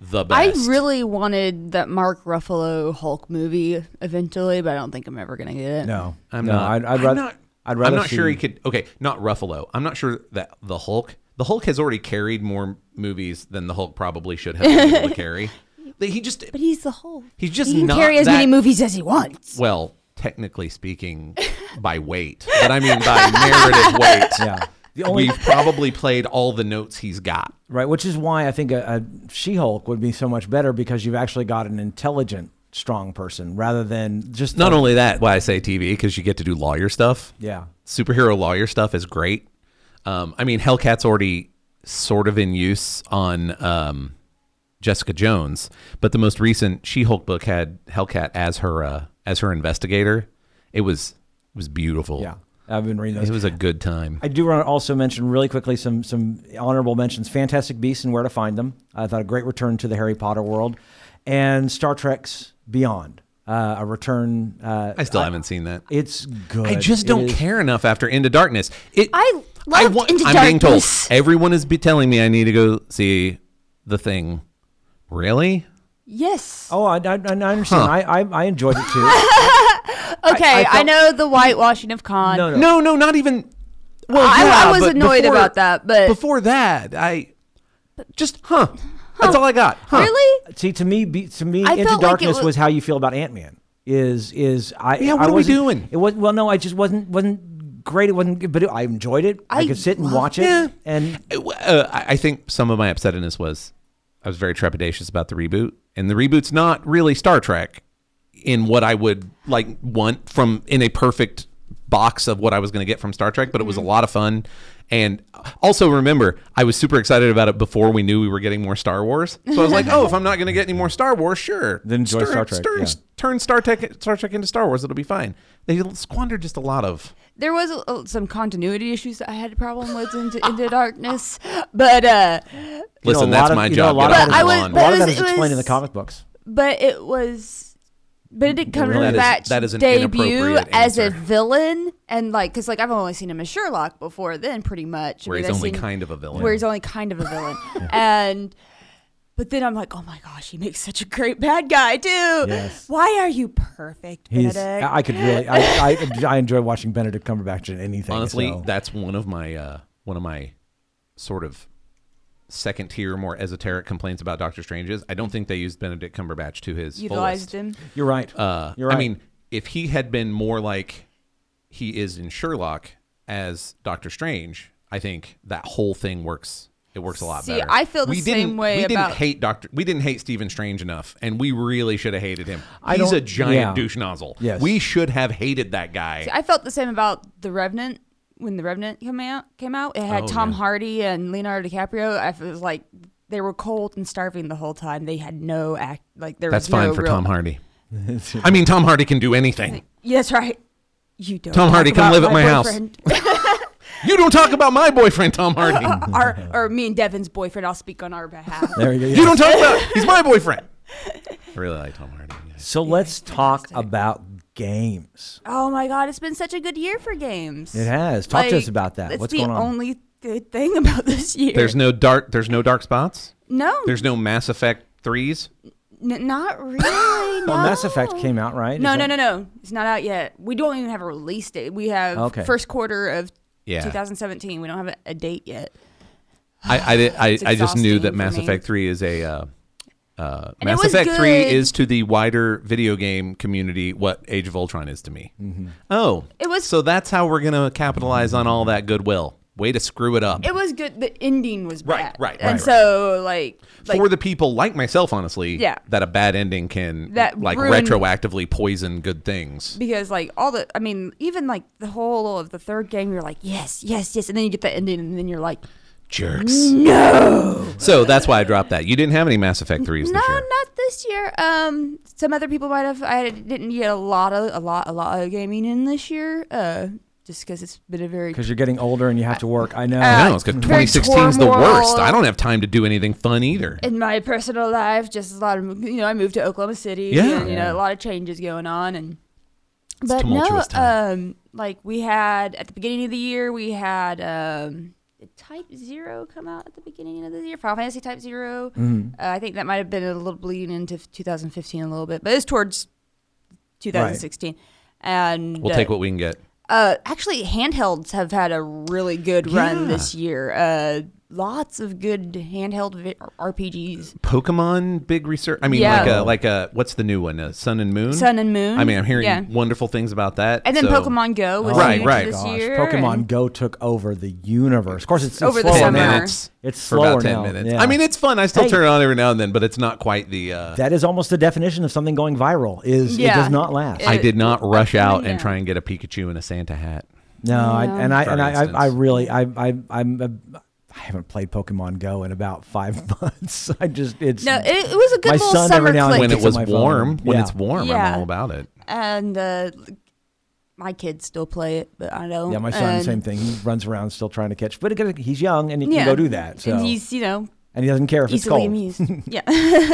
[SPEAKER 3] the
[SPEAKER 2] I
[SPEAKER 3] best.
[SPEAKER 2] really wanted that Mark Ruffalo Hulk movie eventually, but I don't think I'm ever gonna get it.
[SPEAKER 1] no,
[SPEAKER 3] I'm
[SPEAKER 1] no,
[SPEAKER 3] not.
[SPEAKER 1] I'd, I'd rather.
[SPEAKER 3] I'm not,
[SPEAKER 1] I'd rather.
[SPEAKER 3] I'm not
[SPEAKER 1] see,
[SPEAKER 3] sure he could. Okay, not Ruffalo. I'm not sure that the Hulk. The Hulk has already carried more movies than the Hulk probably should have been able to carry. Like, He just
[SPEAKER 2] But he's the Hulk.
[SPEAKER 3] he's just
[SPEAKER 2] He can
[SPEAKER 3] not
[SPEAKER 2] carry as
[SPEAKER 3] that,
[SPEAKER 2] many movies as he wants.
[SPEAKER 3] Well, technically speaking, by weight, but I mean by narrative weight.
[SPEAKER 1] Yeah. The only
[SPEAKER 3] We've probably played all the notes he's got.
[SPEAKER 1] right, which is why I think a, a She-Hulk would be so much better because you've actually got an intelligent, strong person rather than just
[SPEAKER 3] Not only that, why I say TV because you get to do lawyer stuff.
[SPEAKER 1] yeah.
[SPEAKER 3] superhero lawyer stuff is great. Um, I mean, Hellcat's already sort of in use on um, Jessica Jones, but the most recent She-Hulk book had Hellcat as her uh, as her investigator. It was it was beautiful.
[SPEAKER 1] Yeah, I've been reading
[SPEAKER 3] it
[SPEAKER 1] those.
[SPEAKER 3] was a good time.
[SPEAKER 1] I do want to also mention really quickly some some honorable mentions: Fantastic Beasts and Where to Find Them. I thought a great return to the Harry Potter world, and Star Trek's Beyond. Uh, a return. Uh,
[SPEAKER 3] I still haven't seen that.
[SPEAKER 1] it's good.
[SPEAKER 3] I just
[SPEAKER 1] It
[SPEAKER 3] don't
[SPEAKER 1] is-
[SPEAKER 3] care enough after Into Darkness. It,
[SPEAKER 2] I loved Into
[SPEAKER 3] I'm being told
[SPEAKER 2] Darkness.
[SPEAKER 3] everyone is be telling me I need to go see the thing. Really?
[SPEAKER 2] Yes.
[SPEAKER 1] Oh, I, I, I understand.
[SPEAKER 3] Huh.
[SPEAKER 1] I, I I enjoyed it too.
[SPEAKER 2] Okay, I,
[SPEAKER 1] felt-
[SPEAKER 2] know the whitewashing of Khan.
[SPEAKER 1] No, no.
[SPEAKER 3] No, no, not even. Well,
[SPEAKER 2] I-
[SPEAKER 3] yeah,
[SPEAKER 2] I was
[SPEAKER 3] but
[SPEAKER 2] annoyed
[SPEAKER 3] before-
[SPEAKER 2] about that, but-
[SPEAKER 3] before that, I just huh. That's all I got. Huh.
[SPEAKER 2] Really?
[SPEAKER 1] See, to me, be, to me,
[SPEAKER 2] I
[SPEAKER 1] Into
[SPEAKER 2] felt like it
[SPEAKER 1] Darkness
[SPEAKER 2] was-
[SPEAKER 1] was how you feel about Ant Man. Is is I?
[SPEAKER 3] Yeah, what
[SPEAKER 1] I
[SPEAKER 3] are we
[SPEAKER 1] wasn't-
[SPEAKER 3] doing?
[SPEAKER 1] It was well, no, I just wasn't wasn't great. It wasn't, good, but it, I enjoyed it. I,
[SPEAKER 2] I
[SPEAKER 1] could sit and
[SPEAKER 2] loved
[SPEAKER 1] watch it,
[SPEAKER 3] it.
[SPEAKER 1] and
[SPEAKER 3] Uh, I I think some of my upsetness was I was very trepidatious about the reboot, and the reboot's not really Star Trek in what I would like want from in a perfect box of what I was going to get from Star Trek, but it was
[SPEAKER 1] Mm-hmm.
[SPEAKER 3] a lot of fun. And also remember, I was super excited about it before we knew we were getting more Star Wars. So I was like, "Oh, if I'm not going to get any more Star Wars, sure,
[SPEAKER 1] Then enjoy
[SPEAKER 3] Star-
[SPEAKER 1] Star Trek,
[SPEAKER 3] Star-
[SPEAKER 1] yeah.
[SPEAKER 3] turn Star Trek Star Trek into Star Wars. It'll be fine. They squandered just a lot of.
[SPEAKER 2] There was uh, some continuity issues that I had a problem with into, into darkness, but uh,
[SPEAKER 1] you know,
[SPEAKER 3] Listen,
[SPEAKER 1] a
[SPEAKER 3] that's
[SPEAKER 1] lot of-
[SPEAKER 3] my
[SPEAKER 1] you know, a
[SPEAKER 3] job.
[SPEAKER 1] lot
[SPEAKER 3] Get
[SPEAKER 1] of
[SPEAKER 3] off
[SPEAKER 1] that
[SPEAKER 3] my
[SPEAKER 1] is-
[SPEAKER 2] I was-
[SPEAKER 3] lawn.
[SPEAKER 1] a lot of
[SPEAKER 2] it
[SPEAKER 1] that
[SPEAKER 2] was-
[SPEAKER 1] is
[SPEAKER 2] it
[SPEAKER 1] explained in the
[SPEAKER 2] was-
[SPEAKER 1] comic books.
[SPEAKER 2] but it was Benedict
[SPEAKER 3] That is-
[SPEAKER 2] Cumberbatch's
[SPEAKER 3] that is an
[SPEAKER 2] debut
[SPEAKER 3] inappropriate
[SPEAKER 2] as a
[SPEAKER 3] answer.
[SPEAKER 2] villain, and like because like I've only seen him as Sherlock before then, pretty much I
[SPEAKER 3] Where
[SPEAKER 2] mean,
[SPEAKER 3] he's
[SPEAKER 2] I've
[SPEAKER 3] only
[SPEAKER 2] seen-
[SPEAKER 3] kind of a villain.
[SPEAKER 2] where he's only kind of a villain, and. But then I'm like, oh my gosh, he makes such a great bad guy too.
[SPEAKER 1] Yes.
[SPEAKER 2] Why are you perfect,
[SPEAKER 1] He's,
[SPEAKER 2] Benedict?
[SPEAKER 1] I I could really, I, I, I enjoy watching Benedict Cumberbatch in anything.
[SPEAKER 3] Honestly,
[SPEAKER 1] so.
[SPEAKER 3] that's one of my uh, one of my sort of second tier, more esoteric complaints about Doctor Strange is I don't think they used Benedict Cumberbatch to his
[SPEAKER 2] Utilized
[SPEAKER 3] fullest.
[SPEAKER 2] him.
[SPEAKER 1] you're right.
[SPEAKER 3] Uh,
[SPEAKER 1] you're right.
[SPEAKER 3] I mean, if he had been more like he is in Sherlock as Doctor Strange, I think that whole thing works. It works a lot
[SPEAKER 2] See,
[SPEAKER 3] better.
[SPEAKER 2] I feel the
[SPEAKER 3] we
[SPEAKER 2] same
[SPEAKER 3] didn't,
[SPEAKER 2] way
[SPEAKER 3] We
[SPEAKER 2] about-
[SPEAKER 3] didn't hate Doctor. We didn't hate Stephen Strange enough, and we really should have hated him.
[SPEAKER 1] I
[SPEAKER 3] He's a
[SPEAKER 1] don't-
[SPEAKER 3] giant
[SPEAKER 1] yeah.
[SPEAKER 3] douche nozzle.
[SPEAKER 1] Yes.
[SPEAKER 3] we should have hated that guy.
[SPEAKER 2] I felt the same about The Revenant when The Revenant came out. Came out, it had
[SPEAKER 3] Oh,
[SPEAKER 2] Tom
[SPEAKER 3] yeah.
[SPEAKER 2] Hardy and Leonardo DiCaprio. I f- it was like they were cold and starving the whole time. They had no act. Like there
[SPEAKER 3] That's
[SPEAKER 2] was no
[SPEAKER 3] fine for
[SPEAKER 2] real-
[SPEAKER 3] Tom Hardy. I mean, Tom Hardy can do anything.
[SPEAKER 2] Yeah, that's right. You don't.
[SPEAKER 3] Tom
[SPEAKER 2] talk
[SPEAKER 3] Hardy,
[SPEAKER 2] about
[SPEAKER 3] come live at my house.
[SPEAKER 2] boyfriend. Uh,
[SPEAKER 3] You don't talk about my boyfriend, Tom Hardy.
[SPEAKER 2] our, or me and Devin's boyfriend. I'll speak on our behalf.
[SPEAKER 1] there you go.
[SPEAKER 3] You don't talk about he's my boyfriend. I really like Tom Hardy. yeah.
[SPEAKER 1] So let's talk about games.
[SPEAKER 2] Oh my God, it's been such a good year for games.
[SPEAKER 1] It has. Talk to us
[SPEAKER 2] Like,
[SPEAKER 1] about that.
[SPEAKER 2] It's
[SPEAKER 1] What's
[SPEAKER 2] the
[SPEAKER 1] going on?
[SPEAKER 2] only good thing about this year.
[SPEAKER 3] There's no dark. There's no dark spots.
[SPEAKER 2] no,
[SPEAKER 3] There's no Mass Effect threes.
[SPEAKER 2] n- not really.
[SPEAKER 1] well,
[SPEAKER 2] no.
[SPEAKER 1] Mass Effect came out, right?
[SPEAKER 2] Oh. No,
[SPEAKER 1] Is
[SPEAKER 2] no,
[SPEAKER 1] that-
[SPEAKER 2] no, no. It's not out yet. We don't even have a release date. We have
[SPEAKER 1] Okay.
[SPEAKER 2] first quarter of
[SPEAKER 3] Yeah.
[SPEAKER 2] 2017. We don't have a, a date yet.
[SPEAKER 3] I I, did, I,
[SPEAKER 2] It's
[SPEAKER 3] I just knew
[SPEAKER 2] exhausting
[SPEAKER 3] that
[SPEAKER 2] for
[SPEAKER 3] Mass
[SPEAKER 2] me.
[SPEAKER 3] Effect three is a. Uh, uh,
[SPEAKER 2] And it
[SPEAKER 3] Mass
[SPEAKER 2] was
[SPEAKER 3] Effect three
[SPEAKER 2] good.
[SPEAKER 3] is to the wider video game community what Age of Ultron is to me. Oh,
[SPEAKER 2] It was-
[SPEAKER 3] so that's how we're gonna capitalize on all that goodwill. Way to screw it up
[SPEAKER 2] It was good. The ending was
[SPEAKER 3] Right,
[SPEAKER 2] bad.
[SPEAKER 3] right,
[SPEAKER 2] And
[SPEAKER 3] right,
[SPEAKER 2] so, like, like
[SPEAKER 3] for the people like myself, honestly.
[SPEAKER 2] Yeah.
[SPEAKER 3] that a bad ending can
[SPEAKER 2] That
[SPEAKER 3] like
[SPEAKER 2] ruined-
[SPEAKER 3] retroactively poison good things.
[SPEAKER 2] because like all the, I mean, even like the whole of the third game, you're like, yes, yes, yes, and then you get the ending, and then you're like,
[SPEAKER 3] Jerks. No. So that's why I dropped that. You didn't have any Mass Effect threes
[SPEAKER 2] no,
[SPEAKER 3] this year.
[SPEAKER 2] not this year. Um, some other people might have. I didn't get a lot of a lot a lot of gaming in this year. Uh, just because it's been a very
[SPEAKER 1] Because you're getting older and you
[SPEAKER 2] Uh,
[SPEAKER 1] have to work. I know.
[SPEAKER 3] I know, it's because
[SPEAKER 2] very
[SPEAKER 3] 2016 is the
[SPEAKER 2] turmoil.
[SPEAKER 3] worst. I don't have time to do anything fun either.
[SPEAKER 2] in my personal life, just a lot of you know, I moved to Oklahoma City,
[SPEAKER 3] Yeah.
[SPEAKER 2] and you know, a lot of changes going on, and but no,
[SPEAKER 3] tumultuous
[SPEAKER 2] um, like we had at the beginning of the year, we had um, did Type Zero come out at the beginning of the year, Final Fantasy Type 0
[SPEAKER 3] Mm-hmm.
[SPEAKER 2] Uh, I think that might have been a little bleeding into 2015 a little bit, but it's towards 2016. And
[SPEAKER 3] We'll
[SPEAKER 2] uh,
[SPEAKER 3] take what we can get.
[SPEAKER 2] uh, actually, handhelds have had a really good run this year. Uh, lots of good handheld vi- RPGs.
[SPEAKER 3] Pokemon big research. I mean,
[SPEAKER 2] Yeah.
[SPEAKER 3] like a like a what's the new one? Uh, Sun and Moon.
[SPEAKER 2] Sun and Moon,
[SPEAKER 3] I mean, I'm hearing
[SPEAKER 2] yeah.
[SPEAKER 3] wonderful things about that.
[SPEAKER 2] And then
[SPEAKER 3] so-
[SPEAKER 2] Pokemon Go was
[SPEAKER 3] Right,
[SPEAKER 2] huge
[SPEAKER 3] right.
[SPEAKER 2] this
[SPEAKER 1] Oh Gosh,
[SPEAKER 2] year.
[SPEAKER 1] Pokemon
[SPEAKER 2] and-
[SPEAKER 1] Go took over the universe. Of course, it's, it's
[SPEAKER 2] Over the
[SPEAKER 1] slower
[SPEAKER 3] Ten
[SPEAKER 2] summer.
[SPEAKER 1] now.
[SPEAKER 3] minutes.
[SPEAKER 1] It's
[SPEAKER 3] for about
[SPEAKER 1] slower
[SPEAKER 3] ten
[SPEAKER 1] now,
[SPEAKER 3] minutes.
[SPEAKER 1] yeah.
[SPEAKER 3] I mean, it's fun. I still
[SPEAKER 1] Hey.
[SPEAKER 3] turn it on every now and then, but it's not quite the. Uh,
[SPEAKER 1] That is almost the definition of something going viral. Is it
[SPEAKER 2] Yeah.
[SPEAKER 1] does not last.
[SPEAKER 3] I did not rush out and
[SPEAKER 2] yeah.
[SPEAKER 3] try and get a Pikachu and a Santa hat.
[SPEAKER 1] No, I,
[SPEAKER 2] No.
[SPEAKER 1] and I
[SPEAKER 3] For
[SPEAKER 1] and I,
[SPEAKER 3] instance.
[SPEAKER 1] I, I really I I I'm a, I haven't played Pokemon Go in about five months. I just it's
[SPEAKER 2] No, it, it was a good
[SPEAKER 1] My
[SPEAKER 2] little
[SPEAKER 1] son
[SPEAKER 2] summer
[SPEAKER 1] every now and Like
[SPEAKER 2] clip.
[SPEAKER 3] when it
[SPEAKER 1] it's on
[SPEAKER 3] was
[SPEAKER 1] my phone.
[SPEAKER 3] warm, when
[SPEAKER 1] Yeah.
[SPEAKER 3] it's warm,
[SPEAKER 2] Yeah.
[SPEAKER 3] I'm all about it.
[SPEAKER 2] and uh, my kids still play it, but I don't.
[SPEAKER 1] yeah, my son
[SPEAKER 2] and,
[SPEAKER 1] same thing. He runs around still trying to catch, but again, he's young and he
[SPEAKER 2] Yeah,
[SPEAKER 1] can go do that. So
[SPEAKER 2] and he's you know
[SPEAKER 1] And he doesn't care if it's
[SPEAKER 2] easily
[SPEAKER 1] cold.
[SPEAKER 2] amused. yeah,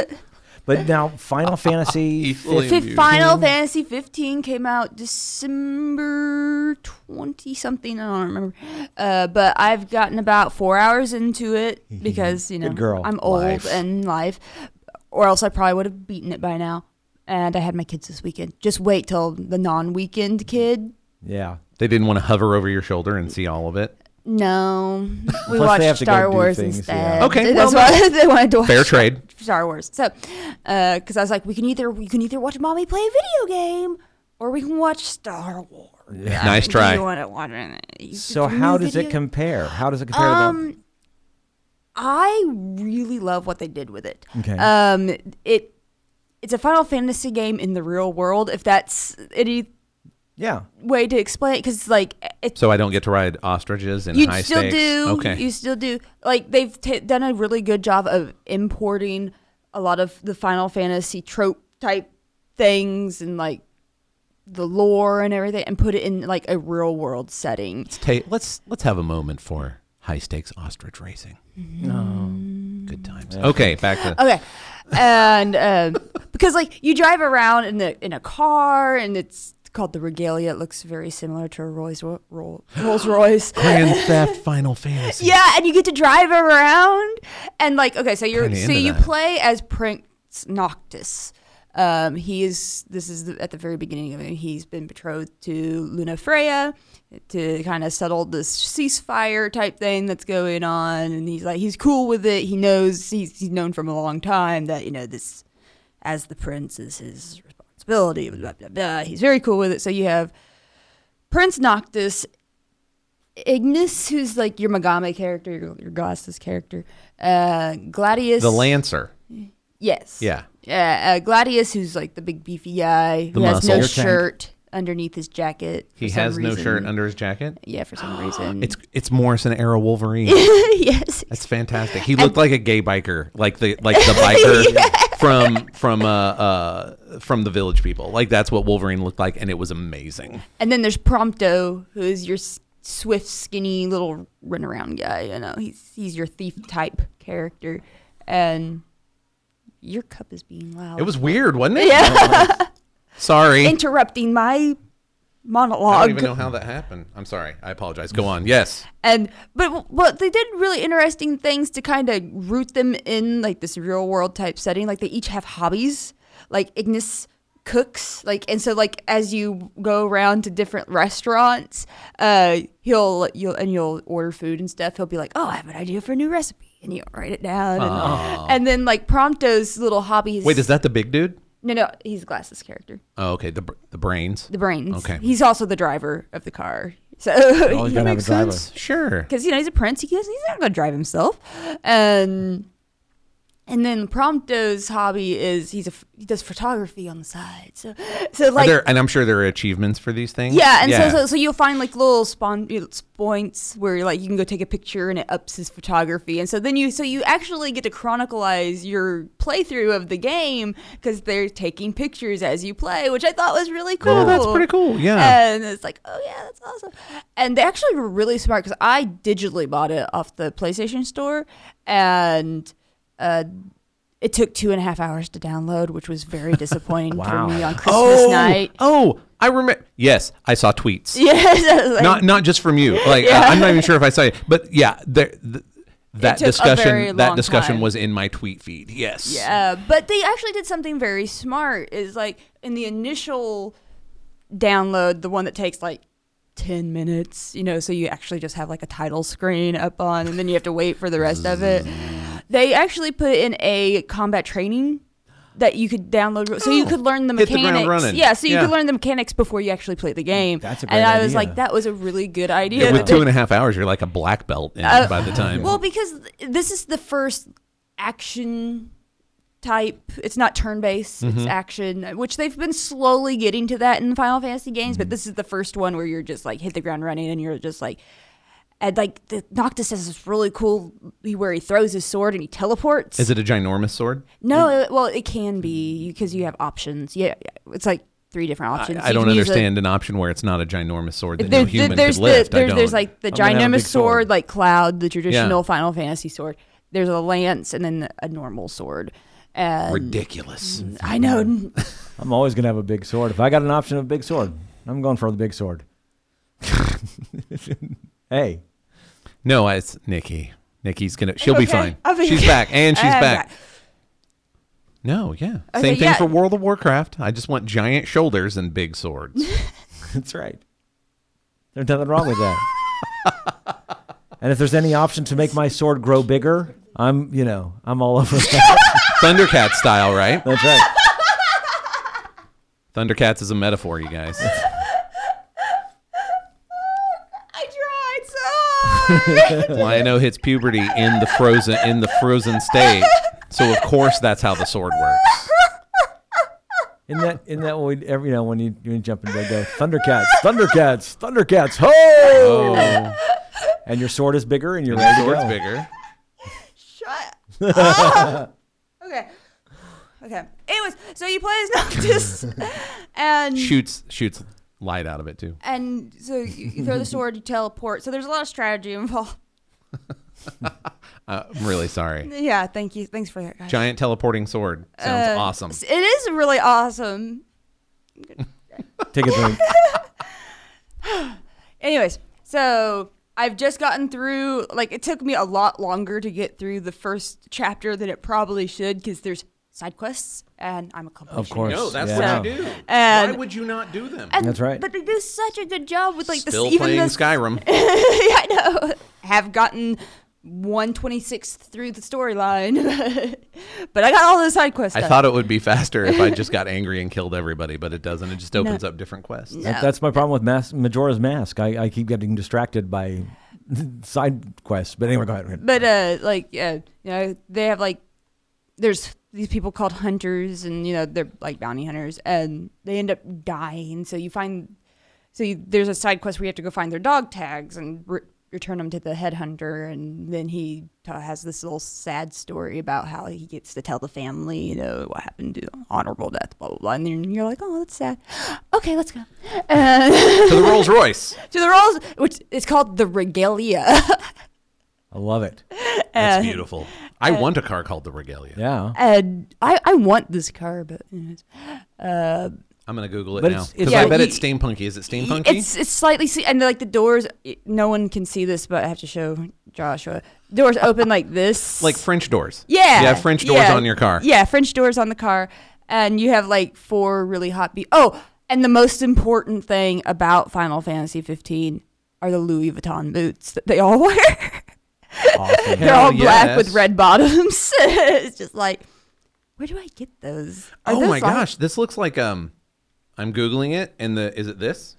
[SPEAKER 1] But now Final Fantasy,
[SPEAKER 3] Easily
[SPEAKER 1] fif-
[SPEAKER 2] Fif- Final Fantasy 15 came out December 20 something. I don't remember, uh, but I've gotten about four hours into it because you know
[SPEAKER 1] Mm-hmm. Good girl.
[SPEAKER 2] I'm old
[SPEAKER 3] Life.
[SPEAKER 2] and life, or else I probably would have beaten it by now. And I had my kids this weekend. Just wait till the non-weekend kid
[SPEAKER 1] yeah.
[SPEAKER 3] They didn't want to hover over your shoulder and see all of it.
[SPEAKER 2] No, we
[SPEAKER 1] Plus, they have
[SPEAKER 2] watched
[SPEAKER 1] to go
[SPEAKER 2] Star
[SPEAKER 1] do
[SPEAKER 2] Wars
[SPEAKER 1] things,
[SPEAKER 2] instead.
[SPEAKER 1] yeah.
[SPEAKER 3] Okay,
[SPEAKER 2] that's
[SPEAKER 3] well,
[SPEAKER 2] why they wanted to watch
[SPEAKER 3] Fair trade.
[SPEAKER 2] Star Wars. So, because I was like, we can either we can either watch mommy play a video game, or we can watch Star Wars.
[SPEAKER 3] Nice
[SPEAKER 2] Do
[SPEAKER 3] try.
[SPEAKER 2] You want to watch it?
[SPEAKER 1] So how does it compare? How does it compare to
[SPEAKER 2] Um, I really love what they did with it.
[SPEAKER 1] Okay.
[SPEAKER 2] Um, it it's a Final Fantasy game in the real world. If that's any
[SPEAKER 1] the, Yeah.
[SPEAKER 2] way to explain it, because like it's
[SPEAKER 3] So I don't get to ride ostriches and
[SPEAKER 2] you
[SPEAKER 3] high
[SPEAKER 2] still
[SPEAKER 3] stakes.
[SPEAKER 2] do
[SPEAKER 3] Okay.
[SPEAKER 2] you still do like they've t- done a really good job of importing a lot of the final fantasy trope type things and like the lore and everything and put it in like a real world setting
[SPEAKER 3] Ta- let's let's have a moment for high stakes ostrich racing.
[SPEAKER 2] Mm-hmm.
[SPEAKER 3] Good times. Okay, back to
[SPEAKER 2] okay and um, because like you drive around in the in a car and it's called the regalia it looks very similar to a rolls Ro- Ro- rolls royce
[SPEAKER 3] Grand Theft Final Fantasy.
[SPEAKER 2] Yeah, and you get to drive around and like okay, so you're
[SPEAKER 3] Kinda
[SPEAKER 2] so
[SPEAKER 3] into
[SPEAKER 2] you
[SPEAKER 3] that.
[SPEAKER 2] play as Prince Noctis. Um, he is this is the, at the very beginning of it. He's been betrothed to Luna Freya to kind of settle this ceasefire type thing that's going on, and he's like he's cool with it. He knows he's he's known from a long time that you know this as the prince is his responsibility. Blah blah blah. He's very cool with it. So you have Prince Noctis Ignis, who's like your Megami character, your, your Glasses character, uh, Gladius.
[SPEAKER 3] The Lancer.
[SPEAKER 2] Yes.
[SPEAKER 3] Yeah.
[SPEAKER 2] Yeah, uh, Gladius, who's like the big beefy guy who
[SPEAKER 3] The
[SPEAKER 2] has
[SPEAKER 3] muscle.
[SPEAKER 2] no
[SPEAKER 3] Air
[SPEAKER 1] tank.
[SPEAKER 2] shirt underneath his jacket.
[SPEAKER 3] He
[SPEAKER 2] for some
[SPEAKER 3] has no
[SPEAKER 2] reason.
[SPEAKER 3] shirt under his jacket.
[SPEAKER 2] Yeah, for some reason.
[SPEAKER 3] It's it's Morrison Arrow Wolverine.
[SPEAKER 2] yes.
[SPEAKER 3] That's fantastic. He looked like a gay biker, like the like the biker from from uh, uh from the Village People. Like that's what Wolverine looked like, and it was amazing.
[SPEAKER 2] And then there's Prompto, who is your s- swift, skinny little runaround guy. You know, he's he's your thief type character, and Your cup is being loud.
[SPEAKER 3] It was weird, wasn't it? Sorry.
[SPEAKER 2] interrupting my
[SPEAKER 3] I
[SPEAKER 2] monologue.
[SPEAKER 3] don't even know how that happened. I'm sorry. I apologize. Go on. Yes.
[SPEAKER 2] and but but they did really interesting things to kind of root them in like this real world type setting like they each have hobbies like ignis cooks like and so like as you go around to different restaurants uh he'll you'll and you'll order food and stuff he'll be like oh i have an idea for a new recipe and you write it down and, and then like prompto's little hobbies
[SPEAKER 3] Wait, is that the big dude?
[SPEAKER 2] no no he's glasses character
[SPEAKER 3] Oh, okay. The br- the brains.
[SPEAKER 2] the brains
[SPEAKER 3] Okay.
[SPEAKER 2] he's also the driver of the car so
[SPEAKER 1] Always
[SPEAKER 3] That
[SPEAKER 1] gotta have
[SPEAKER 3] makes
[SPEAKER 1] a driver.
[SPEAKER 3] sense. Sure.
[SPEAKER 2] because you know he's a prince. He he's not gonna drive himself. And and then Prompto's hobby is he's a f- he does photography on the side. So so
[SPEAKER 3] Are
[SPEAKER 2] like
[SPEAKER 3] there, and I'm sure there are achievements for these things.
[SPEAKER 2] yeah, and So, so so you'll find like little spawn you know, s- points where like you can go take a picture and it ups his photography, and so then you so you actually get to chronicleize your playthrough of the game because they're taking pictures as you play, which I thought was really cool.
[SPEAKER 3] Oh, that's pretty cool, yeah.
[SPEAKER 2] and it's like oh yeah, that's awesome. And they actually were really smart because I digitally bought it off the PlayStation Store, and uh, it took two and a half hours to download, which was very disappointing
[SPEAKER 1] Wow.
[SPEAKER 2] for me on Christmas
[SPEAKER 3] oh,
[SPEAKER 2] night.
[SPEAKER 3] oh, I remember. Yes, I saw tweets.
[SPEAKER 2] Yes, I was like-
[SPEAKER 3] not not just from you. Like I, am not even sure if I saw it, but yeah, there. Th- that
[SPEAKER 2] took a very
[SPEAKER 3] discussion that
[SPEAKER 2] long
[SPEAKER 3] discussion
[SPEAKER 2] time.
[SPEAKER 3] was in my tweet feed. Yes.
[SPEAKER 2] Yeah, but they actually did something very smart. Is like in the initial download, the one that takes like ten minutes, you know, so you actually just have like a title screen up on, and then you have to wait for the rest of it. They actually put in a combat training that you could download, so you could learn the
[SPEAKER 3] hit the
[SPEAKER 2] mechanics.
[SPEAKER 3] ground running.
[SPEAKER 2] Yeah, so you
[SPEAKER 3] Yeah. Mm,
[SPEAKER 2] could learn the mechanics before you actually play the game.
[SPEAKER 1] That's a
[SPEAKER 2] And
[SPEAKER 1] great
[SPEAKER 2] I was
[SPEAKER 1] idea.
[SPEAKER 2] like, that was a really good
[SPEAKER 3] Yeah,
[SPEAKER 2] idea.
[SPEAKER 3] with
[SPEAKER 2] that they-
[SPEAKER 3] two and a half hours, you're like a black belt in by the time.
[SPEAKER 2] Uh, well, because th- this is the first action type. It's not turn based,
[SPEAKER 3] Mm-hmm.
[SPEAKER 2] it's action, which they've been slowly getting to that in Final Fantasy games,
[SPEAKER 3] Mm-hmm.
[SPEAKER 2] but this is the first one where you're just like hit the ground running and you're just like and like the Noctis has this really cool where he throws his sword and he teleports.
[SPEAKER 3] is it a ginormous sword?
[SPEAKER 2] no, it, well, it can be because you have options. Yeah, it's like three different options.
[SPEAKER 3] I
[SPEAKER 2] You
[SPEAKER 3] don't
[SPEAKER 2] can use a-
[SPEAKER 3] understand an option where it's not a ginormous sword that
[SPEAKER 2] there-
[SPEAKER 3] no human
[SPEAKER 2] there's
[SPEAKER 3] could lift.
[SPEAKER 2] The,
[SPEAKER 3] I
[SPEAKER 2] there's,
[SPEAKER 3] don't.
[SPEAKER 2] there's like the
[SPEAKER 1] gonna have a
[SPEAKER 2] ginormous
[SPEAKER 1] big
[SPEAKER 2] sword,
[SPEAKER 1] sword.
[SPEAKER 2] like Cloud, the traditional
[SPEAKER 3] Yeah.
[SPEAKER 2] Final Fantasy sword. There's a lance and then a normal sword. And
[SPEAKER 3] ridiculous.
[SPEAKER 2] I know. n-
[SPEAKER 1] I'm always gonna have a big sword. If I got an option of a big sword, I'm going for the big sword. hey,
[SPEAKER 3] No, it's Nikki. Nikki's gonna. She'll be
[SPEAKER 2] okay,
[SPEAKER 3] fine.
[SPEAKER 2] I'll be-
[SPEAKER 3] she's back, and she's
[SPEAKER 2] I'm
[SPEAKER 3] back. No, yeah.
[SPEAKER 2] Okay,
[SPEAKER 3] Same thing
[SPEAKER 2] yeah.
[SPEAKER 3] for World of Warcraft. I just want giant shoulders and big swords.
[SPEAKER 1] that's right. There's nothing wrong with that. and if there's any option to make my sword grow bigger, I'm you know I'm all over that.
[SPEAKER 3] Thundercat style, right?
[SPEAKER 1] That's right.
[SPEAKER 3] Thundercats is a metaphor, you guys.
[SPEAKER 2] I tried so hard.
[SPEAKER 3] Lion-O hits puberty in the frozen in the frozen state. So of course that's how the sword works.
[SPEAKER 1] Isn't that isn't that what we every you know when you when you jump in bed go Thundercats, Thundercats, Thundercats, ho!
[SPEAKER 3] Oh,
[SPEAKER 1] And your sword is bigger, and you're
[SPEAKER 3] the
[SPEAKER 1] ready to
[SPEAKER 3] sword's
[SPEAKER 1] go.
[SPEAKER 3] bigger.
[SPEAKER 2] Shut up. Okay. Okay. Anyways, so you play as Noctis, and
[SPEAKER 3] Shoots shoots light out of it too.
[SPEAKER 2] and so you you throw the sword, you teleport. So there's a lot of strategy involved.
[SPEAKER 3] Uh, I'm really sorry.
[SPEAKER 2] Yeah. Thank you. Thanks for that, guys.
[SPEAKER 3] Giant teleporting sword sounds
[SPEAKER 2] Uh,
[SPEAKER 3] awesome.
[SPEAKER 2] It is really awesome.
[SPEAKER 1] Take a drink.
[SPEAKER 2] Anyways, so I've just gotten through, like, it took me a lot longer to get through the first chapter than it probably should because there's side quests and I'm a completionist.
[SPEAKER 1] Of course.
[SPEAKER 3] No, that's
[SPEAKER 1] yeah.
[SPEAKER 3] what you do.
[SPEAKER 2] And-
[SPEAKER 3] Why would you not do them?
[SPEAKER 2] Um, And-
[SPEAKER 1] That's right.
[SPEAKER 2] But they do such a good job with, like,
[SPEAKER 3] Still
[SPEAKER 2] this, even
[SPEAKER 3] playing
[SPEAKER 2] this.
[SPEAKER 3] Skyrim.
[SPEAKER 2] I know. Have gotten 126th through the storyline. but I got all the side quests.
[SPEAKER 3] I
[SPEAKER 2] done.
[SPEAKER 3] thought it would be faster if I just got angry and killed everybody, but it doesn't. It just opens up different quests.
[SPEAKER 1] That- that's my problem with Mas- Majora's Mask. I, I keep getting distracted by side quests. But anyway, go ahead.
[SPEAKER 2] But uh, like uh, you know, they have like there's these people called hunters, and you know they're like bounty hunters, and they end up dying. So you find so you, there's a side quest where you have to go find their dog tags and re- return them to the headhunter, and then he t- has this little sad story about how he gets to tell the family, you know, what happened to honorable death, blah blah blah, and then you're like, oh, that's sad. Okay, let's go uh,
[SPEAKER 3] to the Rolls Royce.
[SPEAKER 2] to the Rolls, which is called the Regalia.
[SPEAKER 1] I love it.
[SPEAKER 2] Uh,
[SPEAKER 3] That's beautiful. I want a car called the Regalia.
[SPEAKER 1] Yeah.
[SPEAKER 2] And I, I want this car, but anyways. uh,
[SPEAKER 3] I'm gonna Google it
[SPEAKER 1] But
[SPEAKER 3] now
[SPEAKER 1] it's- it's
[SPEAKER 3] because I
[SPEAKER 2] like-
[SPEAKER 3] bet
[SPEAKER 2] you-
[SPEAKER 3] it's steampunky. Is it steampunky?
[SPEAKER 2] it's it's slightly see- and like the doors. No one can see this, but I have to show Joshua. Doors open like this,
[SPEAKER 3] like French doors.
[SPEAKER 2] Yeah.
[SPEAKER 3] You have French doors
[SPEAKER 2] yeah.
[SPEAKER 3] on your car.
[SPEAKER 2] Yeah, French doors on the car. And you have like four really hot be Oh, and the most important thing about Final Fantasy 15 are the Louis Vuitton boots that they all wear.
[SPEAKER 1] Awesome.
[SPEAKER 2] They're all
[SPEAKER 3] Hell
[SPEAKER 2] black with
[SPEAKER 3] yes.
[SPEAKER 2] red bottoms. it's just like, where do I get those? Are
[SPEAKER 3] oh
[SPEAKER 2] those
[SPEAKER 3] my
[SPEAKER 2] like-
[SPEAKER 3] gosh, this looks like um, I'm googling it, and the is it this?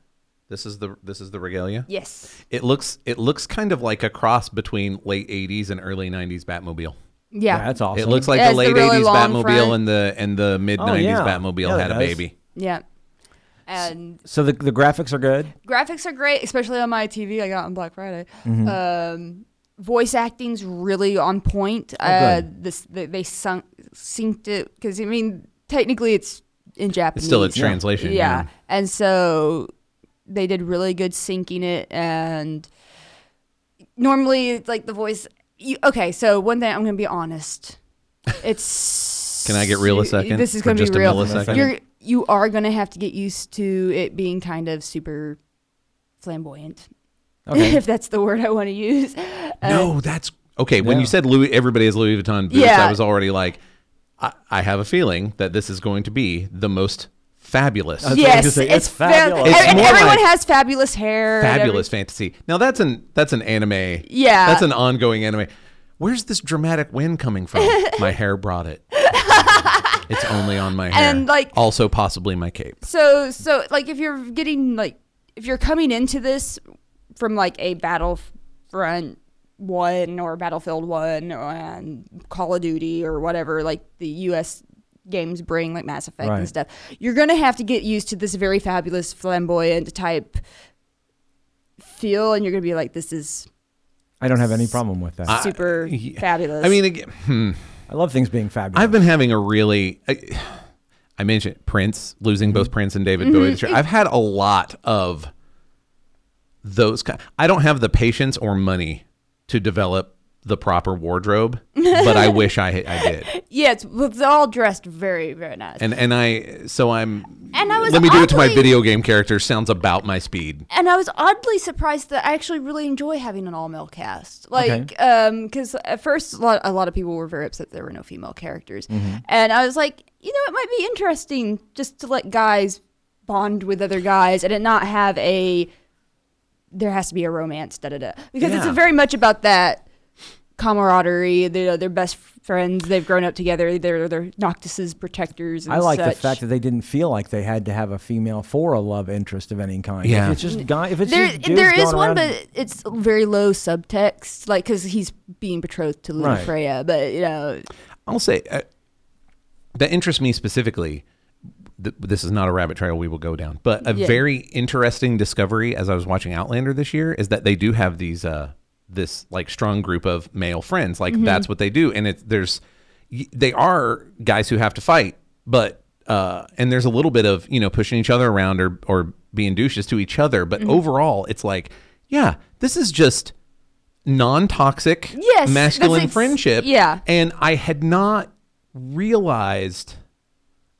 [SPEAKER 3] This is the this is the Regalia.
[SPEAKER 2] Yes.
[SPEAKER 3] It looks it looks kind of like a cross between late '80s and early '90s Batmobile.
[SPEAKER 2] Yeah.
[SPEAKER 1] That's awesome. Oh,
[SPEAKER 3] It looks like
[SPEAKER 2] Yeah,
[SPEAKER 3] the
[SPEAKER 2] it's the
[SPEAKER 3] late
[SPEAKER 2] really
[SPEAKER 3] '80s
[SPEAKER 2] long
[SPEAKER 3] Batmobile
[SPEAKER 2] front.
[SPEAKER 3] and the and the mid '90s
[SPEAKER 1] yeah.
[SPEAKER 3] Batmobile
[SPEAKER 1] Yeah,
[SPEAKER 3] had
[SPEAKER 1] it
[SPEAKER 3] a
[SPEAKER 1] does.
[SPEAKER 3] baby.
[SPEAKER 2] Yeah. And
[SPEAKER 1] so the, the graphics are good.
[SPEAKER 2] graphics are great, especially on my TV I got on Black Friday. Um, voice acting's really on point. uh,
[SPEAKER 1] good.
[SPEAKER 2] this they, they sunk, synced it because I mean technically it's in Japanese.
[SPEAKER 3] It's still a translation.
[SPEAKER 2] yeah. and so they did really good syncing it. And normally, it's like the voice. You, okay, so one thing I'm gonna be honest. It's
[SPEAKER 3] Can I get real a second?
[SPEAKER 2] This is
[SPEAKER 3] For
[SPEAKER 2] gonna
[SPEAKER 3] just
[SPEAKER 2] be
[SPEAKER 3] a
[SPEAKER 2] real.
[SPEAKER 3] millisecond?
[SPEAKER 2] You're you are gonna have to get used to it being kind of super flamboyant,
[SPEAKER 1] Okay.
[SPEAKER 2] if that's the word I want to use.
[SPEAKER 3] no, that's okay. When
[SPEAKER 1] Yeah.
[SPEAKER 3] you said Louis, everybody has Louis Vuitton boots.
[SPEAKER 2] Yeah.
[SPEAKER 3] I was already like, I, I have a feeling that this is going to be the most fabulous,
[SPEAKER 1] was gonna
[SPEAKER 2] yes,
[SPEAKER 1] say,
[SPEAKER 2] it's
[SPEAKER 1] it's fabulous.
[SPEAKER 2] fabulous.
[SPEAKER 3] It's
[SPEAKER 2] and
[SPEAKER 3] more
[SPEAKER 2] everyone
[SPEAKER 3] like-
[SPEAKER 2] has fabulous hair. and every-
[SPEAKER 3] fabulous fantasy. Now that's an that's an anime.
[SPEAKER 2] Yeah.
[SPEAKER 3] that's an ongoing anime. Where's this dramatic wind coming from? my hair brought it. it's only on my hair,
[SPEAKER 2] And, like-
[SPEAKER 3] also possibly my cape.
[SPEAKER 2] So so like if you're getting like if you're coming into this from like a Battlefront one or Battlefield one or and Call of Duty or whatever, like the US games bring like Mass Effect
[SPEAKER 1] Right.
[SPEAKER 2] and stuff, you're gonna have to get used to this very fabulous flamboyant type feel and you're gonna be like, This is
[SPEAKER 1] I don't have any problem with that. I,
[SPEAKER 2] super
[SPEAKER 3] yeah.
[SPEAKER 2] fabulous.
[SPEAKER 3] I mean, again, hmm,
[SPEAKER 1] love things being fabulous.
[SPEAKER 3] I've been having a really. I, I mentioned Prince losing
[SPEAKER 2] Mm-hmm.
[SPEAKER 3] both Prince and David Bowie. this year. I've had a lot of those. ki- I don't have the patience or money to develop the proper wardrobe, but I wish I, I did.
[SPEAKER 2] yeah, it's, it's all dressed very, very nice.
[SPEAKER 3] and and I so I'm
[SPEAKER 2] And I was
[SPEAKER 3] let me do it to my
[SPEAKER 2] oddly-
[SPEAKER 3] video game character sounds about my speed.
[SPEAKER 2] and I was oddly surprised that I actually really enjoy having an all male cast. Like,
[SPEAKER 1] Okay.
[SPEAKER 2] um 'cause because at first a lot, a lot of people were very upset there were no female characters,
[SPEAKER 1] Mm-hmm.
[SPEAKER 2] and I was like, you know, it might be interesting just to let guys bond with other guys and it not have a there has to be a romance da da da because
[SPEAKER 3] Yeah.
[SPEAKER 2] it's very much about that camaraderie. They're, they're best friends. They've grown up together. They're they're Noctis's protectors. And
[SPEAKER 1] I like the
[SPEAKER 2] such.
[SPEAKER 1] fact that they didn't feel like they had to have a female for a love interest of any kind.
[SPEAKER 3] Yeah.
[SPEAKER 1] If it's just guy, if it's
[SPEAKER 2] there,
[SPEAKER 1] just dudes
[SPEAKER 2] there is
[SPEAKER 1] going
[SPEAKER 2] one,
[SPEAKER 1] around-
[SPEAKER 2] but it's very low subtext, like because he's being betrothed to Luna
[SPEAKER 1] Right.
[SPEAKER 2] Freya, but you know,
[SPEAKER 3] I'll say uh, that interests me specifically. Th- this is not a rabbit trail we will go down, but a
[SPEAKER 2] Yeah.
[SPEAKER 3] very interesting discovery as I was watching Outlander this year is that they do have these uh this like strong group of male friends. Like that's what they do, and it's there's y- they are guys who have to fight, but uh and there's a little bit of you know pushing each other around or or being douches to each other, but overall it's like yeah, this is just non-toxic
[SPEAKER 2] Yes, that's
[SPEAKER 3] masculine
[SPEAKER 2] ex-
[SPEAKER 3] friendship
[SPEAKER 2] yeah.
[SPEAKER 3] and I had not realized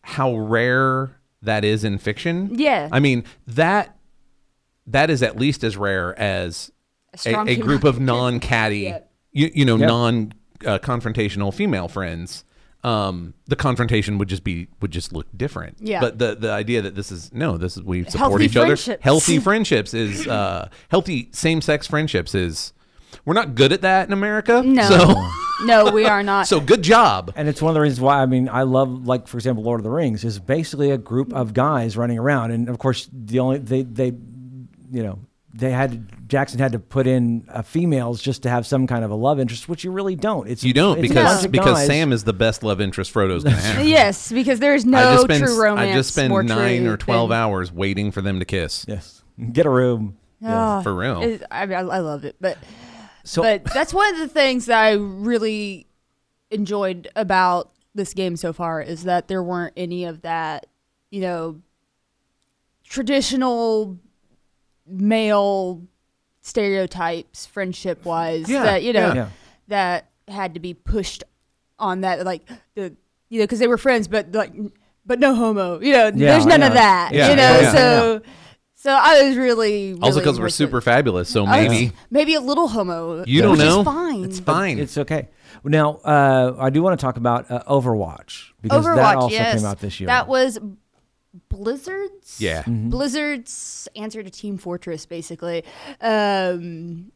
[SPEAKER 3] how rare that is in fiction.
[SPEAKER 2] Yeah.
[SPEAKER 3] I mean, that that is at least as rare as a,
[SPEAKER 2] strong
[SPEAKER 3] a
[SPEAKER 2] female-
[SPEAKER 3] group of non catty,
[SPEAKER 2] Yeah.
[SPEAKER 3] you, you know,
[SPEAKER 1] Yep.
[SPEAKER 3] non uh, confrontational female friends. Um, the confrontation would just be would just look different.
[SPEAKER 2] Yeah.
[SPEAKER 3] But the the idea that this is no, this is we support
[SPEAKER 2] Healthy
[SPEAKER 3] each other.
[SPEAKER 2] friendships.
[SPEAKER 3] Healthy friendships is uh, healthy same sex friendships is we're not good at that in America.
[SPEAKER 2] no,
[SPEAKER 3] So
[SPEAKER 2] no, we are not.
[SPEAKER 3] so good job.
[SPEAKER 1] And it's one of the reasons why I mean I love like for example Lord of the Rings is basically a group of guys running around and of course the only they they you know they had Jackson had to put in uh, females just to have some kind of a love interest which you really don't it's
[SPEAKER 3] You don't
[SPEAKER 1] it's a
[SPEAKER 3] because
[SPEAKER 1] bunch of
[SPEAKER 3] because
[SPEAKER 1] guys.
[SPEAKER 3] Sam is the best love interest Frodo's gonna have.
[SPEAKER 2] yes, because there is
[SPEAKER 3] I
[SPEAKER 2] no
[SPEAKER 3] just spend
[SPEAKER 2] true romance.
[SPEAKER 3] I just spend
[SPEAKER 2] more
[SPEAKER 3] nine
[SPEAKER 2] true
[SPEAKER 3] or twelve
[SPEAKER 2] than-
[SPEAKER 3] hours waiting for them to kiss.
[SPEAKER 1] yes get a room
[SPEAKER 2] Oh,
[SPEAKER 3] for real.
[SPEAKER 2] it- I mean, I, I loved it, but
[SPEAKER 1] so
[SPEAKER 2] but that's one of the things that I really enjoyed about this game so far is that there weren't any of that, you know, traditional male stereotypes, friendship wise,
[SPEAKER 3] Yeah,
[SPEAKER 2] that you know
[SPEAKER 3] yeah.
[SPEAKER 1] Yeah.
[SPEAKER 2] that had to be pushed on that like the you know because they were friends, but like but no homo, you know.
[SPEAKER 1] Yeah,
[SPEAKER 2] there's none of
[SPEAKER 1] yeah.
[SPEAKER 2] that,
[SPEAKER 3] Yeah,
[SPEAKER 2] you know.
[SPEAKER 3] yeah.
[SPEAKER 2] So so I was really, really Oh,
[SPEAKER 3] Also, because we're
[SPEAKER 2] with it.
[SPEAKER 3] super fabulous, so
[SPEAKER 2] I was
[SPEAKER 3] maybe
[SPEAKER 2] maybe a little homo.
[SPEAKER 3] you don't
[SPEAKER 2] which
[SPEAKER 3] know.
[SPEAKER 2] Is fine.
[SPEAKER 3] It's fine.
[SPEAKER 1] It's okay. Now, uh, I do want to talk about uh, Overwatch because
[SPEAKER 2] Overwatch,
[SPEAKER 1] that also
[SPEAKER 2] yes.
[SPEAKER 1] came out this year. Mm-hmm.
[SPEAKER 2] That was Blizzard's.
[SPEAKER 3] Yeah.
[SPEAKER 2] Blizzard's answer to Team Fortress, basically. Um,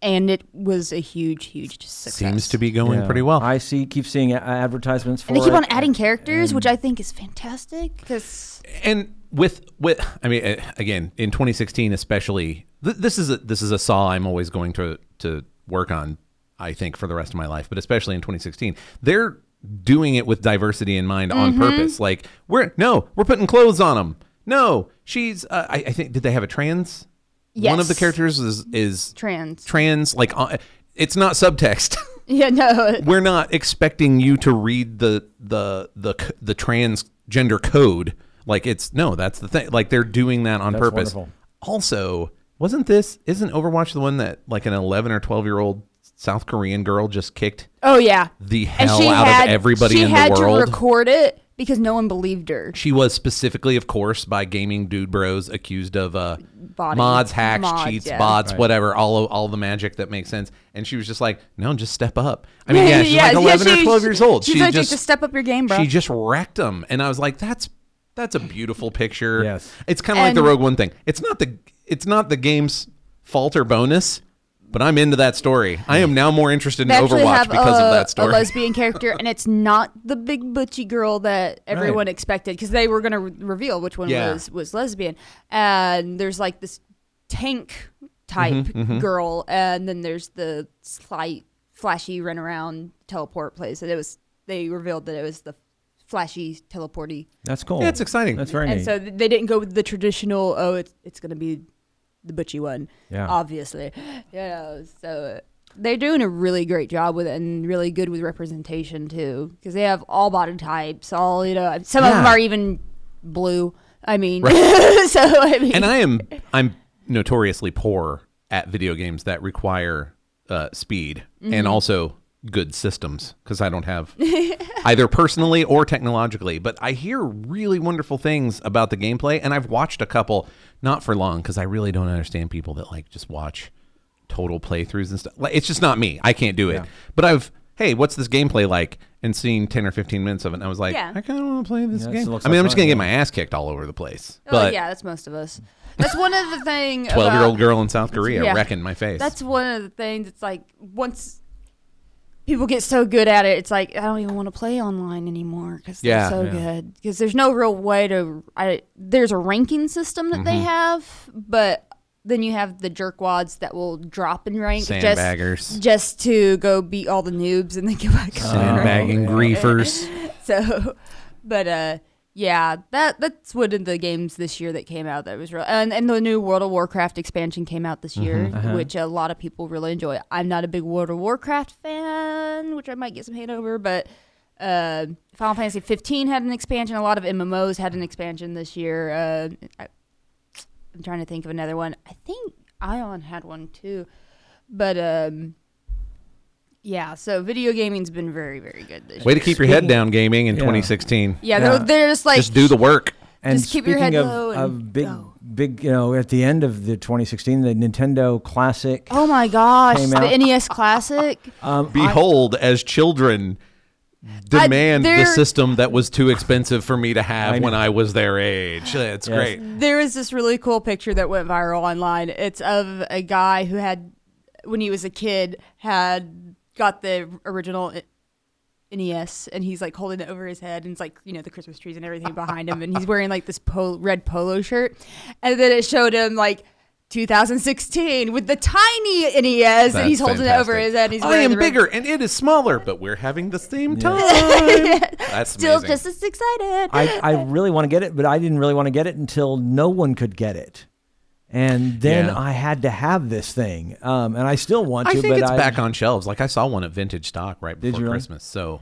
[SPEAKER 2] and it was a huge, huge success.
[SPEAKER 3] Seems to be going
[SPEAKER 1] Yeah.
[SPEAKER 3] pretty well.
[SPEAKER 1] I see. Keep seeing a- advertisements for
[SPEAKER 2] And they keep
[SPEAKER 1] it.
[SPEAKER 2] on adding characters,
[SPEAKER 1] Mm.
[SPEAKER 2] which I think is fantastic. Because
[SPEAKER 3] and with with I mean eh, again in 2016 especially th- this is a, this is a saw I'm always going to to work on I think for the rest of my life but especially in 2016 they're doing it with diversity in mind
[SPEAKER 2] Mm-hmm.
[SPEAKER 3] on purpose like we're no we're putting clothes on them no she's uh, I, I think did they have a trans one of the
[SPEAKER 2] Yes.
[SPEAKER 3] characters is is
[SPEAKER 2] trans.
[SPEAKER 3] trans like uh, it's not subtext
[SPEAKER 2] yeah, no.
[SPEAKER 3] we're not expecting you to read the the the c- the transgender code like it's no that's the thing like they're doing that on
[SPEAKER 1] That's
[SPEAKER 3] purpose
[SPEAKER 1] wonderful.
[SPEAKER 3] also wasn't this isn't overwatch the one that like an 11 or 12 year old south korean girl just kicked
[SPEAKER 2] Oh, yeah.
[SPEAKER 3] the
[SPEAKER 2] and
[SPEAKER 3] hell
[SPEAKER 2] she
[SPEAKER 3] out
[SPEAKER 2] had,
[SPEAKER 3] of everybody
[SPEAKER 2] she
[SPEAKER 3] in
[SPEAKER 2] had
[SPEAKER 3] the
[SPEAKER 2] to
[SPEAKER 3] world
[SPEAKER 2] record it because no one believed her.
[SPEAKER 3] she was specifically of course by gaming dude bros accused of uh
[SPEAKER 2] Body.
[SPEAKER 3] mods hacks
[SPEAKER 2] Mods,
[SPEAKER 3] cheats
[SPEAKER 2] yeah.
[SPEAKER 3] bots
[SPEAKER 1] Right.
[SPEAKER 3] whatever all all the magic that makes sense and she was just like no just step up i mean yeah she's like 11 or
[SPEAKER 2] she-
[SPEAKER 3] 12 years old
[SPEAKER 2] She's
[SPEAKER 3] she
[SPEAKER 2] like,
[SPEAKER 3] just
[SPEAKER 2] just step up your game, bro.
[SPEAKER 3] she just wrecked them and i was like that's that's a beautiful picture
[SPEAKER 1] Yes.
[SPEAKER 3] it's kind of like
[SPEAKER 2] And-
[SPEAKER 3] the rogue one thing it's not the it's not the game's fault or bonus but i'm into that story i am now more interested in
[SPEAKER 2] They actually
[SPEAKER 3] overwatch
[SPEAKER 2] have
[SPEAKER 3] because
[SPEAKER 2] a,
[SPEAKER 3] of that
[SPEAKER 2] a
[SPEAKER 3] story
[SPEAKER 2] lesbian character, and it's not the big butchy girl that everyone expected because they were going to re- reveal which one
[SPEAKER 3] Yeah.
[SPEAKER 2] was was lesbian. And there's like this tank type
[SPEAKER 3] Mm-hmm,
[SPEAKER 2] girl, and then there's the slight flashy run around teleport place. And it was they revealed that it was the flashy teleporty,
[SPEAKER 1] That's cool.
[SPEAKER 3] Yeah, it's exciting.
[SPEAKER 1] That's very
[SPEAKER 2] and
[SPEAKER 1] neat.
[SPEAKER 2] so th- they didn't go with the traditional. Oh, it's it's going to be the butchy one
[SPEAKER 1] yeah.
[SPEAKER 2] obviously. You know, so they're doing a really great job with it and really good with representation too, because they have all body types, all you know. Some of them
[SPEAKER 1] Yeah.
[SPEAKER 2] are even blue. I mean, so I mean,
[SPEAKER 3] and i am i'm notoriously poor at video games that require uh, speed
[SPEAKER 2] Mm-hmm.
[SPEAKER 3] and also good systems because i don't have either personally or technologically but i hear really wonderful things about the gameplay and i've watched a couple not for long because i really don't understand people that like just watch total playthroughs and stuff like it's just not me i can't do it but i've hey what's this gameplay like and seen 10 or 15 minutes of it and i was like
[SPEAKER 2] Yeah.
[SPEAKER 3] i kind of want to play this
[SPEAKER 1] Yeah, this
[SPEAKER 3] game
[SPEAKER 1] looks
[SPEAKER 3] i mean
[SPEAKER 1] like
[SPEAKER 3] i'm just
[SPEAKER 1] fun,
[SPEAKER 3] gonna
[SPEAKER 1] yeah.
[SPEAKER 3] get my ass kicked all over the place
[SPEAKER 2] Oh,
[SPEAKER 3] but
[SPEAKER 2] yeah, that's most of us. That's one of the thing.
[SPEAKER 3] 12 year
[SPEAKER 2] about-
[SPEAKER 3] old girl in South Korea
[SPEAKER 2] Yeah.
[SPEAKER 3] wrecking my face.
[SPEAKER 2] That's one of the things. It's like once people get so good at it, it's like I don't even want to play online anymore because they're
[SPEAKER 3] Yeah.
[SPEAKER 2] so
[SPEAKER 1] Yeah.
[SPEAKER 2] good. Because there's no real way to. I, there's a ranking system that
[SPEAKER 3] Mm-hmm.
[SPEAKER 2] they have, but then you have the jerkwads that will drop in rank
[SPEAKER 3] Sandbaggers.
[SPEAKER 2] just just to go beat all the noobs and then get back
[SPEAKER 1] Oh,
[SPEAKER 2] up.
[SPEAKER 3] sandbagging griefers.
[SPEAKER 2] So, but uh, yeah, that that's one of the games this year that came out that was real, and and the new World of Warcraft expansion came out
[SPEAKER 3] Mm-hmm,
[SPEAKER 2] this year,
[SPEAKER 3] uh-huh.
[SPEAKER 2] which a lot of people really enjoy. I'm not a big World of Warcraft fan, which I might get some hate over, but. Uh, Final Fantasy 15 had an expansion. A lot of MMOs had an expansion this year. Uh, I, I'm trying to think of another one. I think Ion had one too, but um, yeah. So video gaming's been very, very good this year.
[SPEAKER 3] Way to keep your head down gaming in
[SPEAKER 1] Yeah.
[SPEAKER 3] 2016.
[SPEAKER 2] Yeah,
[SPEAKER 1] Yeah.
[SPEAKER 2] They're, they're just like
[SPEAKER 3] Just do the work.
[SPEAKER 1] And
[SPEAKER 2] Just keep your head
[SPEAKER 1] speaking of,
[SPEAKER 2] low and
[SPEAKER 1] of big,
[SPEAKER 2] go.
[SPEAKER 1] big, you know, at the end of the 2016, the Nintendo Classic.
[SPEAKER 2] oh my gosh,
[SPEAKER 1] Came
[SPEAKER 2] the
[SPEAKER 1] out.
[SPEAKER 2] NES Classic.
[SPEAKER 1] Um, I-
[SPEAKER 3] Behold, as children demand the
[SPEAKER 2] there-
[SPEAKER 3] system that was too expensive for me to have
[SPEAKER 1] I
[SPEAKER 3] when I was their age. It's
[SPEAKER 1] Yes.
[SPEAKER 3] great.
[SPEAKER 2] there is this really cool picture that went viral online. It's of a guy who had, when he was a kid, had got the original I- NES, and he's like holding it over his head, and it's like you know the Christmas trees and everything behind him, and he's wearing like this pol- red polo shirt, and then it showed him like. 2016 with the tiny NES, and
[SPEAKER 3] That's
[SPEAKER 2] he's holding it over
[SPEAKER 3] fantastic.
[SPEAKER 2] his head. and He's
[SPEAKER 3] I
[SPEAKER 2] wearing
[SPEAKER 3] am
[SPEAKER 2] the red-
[SPEAKER 3] bigger and it is smaller, but we're having the same time. That's
[SPEAKER 2] still
[SPEAKER 3] amazing.
[SPEAKER 2] just as excited.
[SPEAKER 1] I, I really want to get it, but I didn't really want to get it until no one could get it. And then
[SPEAKER 3] Yeah.
[SPEAKER 1] I had to have this thing. Um, and I still want
[SPEAKER 3] I
[SPEAKER 1] to,
[SPEAKER 3] think
[SPEAKER 1] but
[SPEAKER 3] it's
[SPEAKER 1] I,
[SPEAKER 3] back on shelves. Like I saw one at vintage stock right before
[SPEAKER 1] you really?
[SPEAKER 3] Christmas. So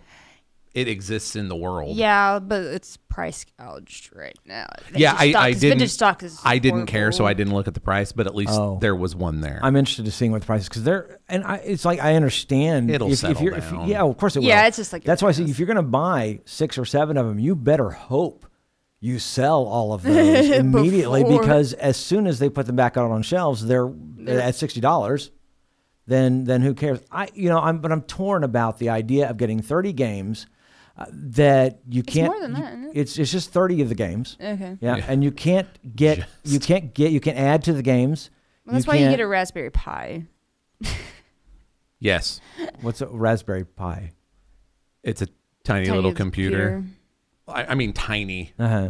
[SPEAKER 3] it exists in the world.
[SPEAKER 2] Yeah, but it's price gouged right now. Vintage
[SPEAKER 3] Yeah, I,
[SPEAKER 2] stock
[SPEAKER 3] I
[SPEAKER 2] is-
[SPEAKER 3] didn't.
[SPEAKER 2] Vintage stock is
[SPEAKER 3] I didn't care, so I
[SPEAKER 2] horrible.
[SPEAKER 3] didn't look at the price. But at least
[SPEAKER 1] Oh.
[SPEAKER 3] there was one there.
[SPEAKER 1] I'm interested to seeing what the price is because they're and I, it's like I understand
[SPEAKER 3] It'll
[SPEAKER 1] if, if
[SPEAKER 3] settle
[SPEAKER 1] you're if you-
[SPEAKER 3] down.
[SPEAKER 1] yeah of course it will
[SPEAKER 2] Yeah, it's just like
[SPEAKER 1] that's why I say
[SPEAKER 2] everything
[SPEAKER 1] if you're gonna buy six or seven of them you better hope you sell all of those immediately
[SPEAKER 2] Before.
[SPEAKER 1] because as soon as they put them back out on shelves they're, they're at sixty dollars then then who cares I you know I'm but I'm torn about the idea of getting thirty games uh, that you can't
[SPEAKER 2] more than
[SPEAKER 1] you-
[SPEAKER 2] that, isn't it?
[SPEAKER 1] it's it's just thirty of the games
[SPEAKER 2] Okay.
[SPEAKER 1] yeah, and you can't get you can't get you can add to the games.
[SPEAKER 2] Well, that's why you
[SPEAKER 1] can't-
[SPEAKER 2] get a Raspberry Pi.
[SPEAKER 3] yes,
[SPEAKER 1] What's a Raspberry Pi?
[SPEAKER 3] it's a tiny,
[SPEAKER 2] Tiny
[SPEAKER 3] little computer. I, I mean, tiny
[SPEAKER 1] Uh huh.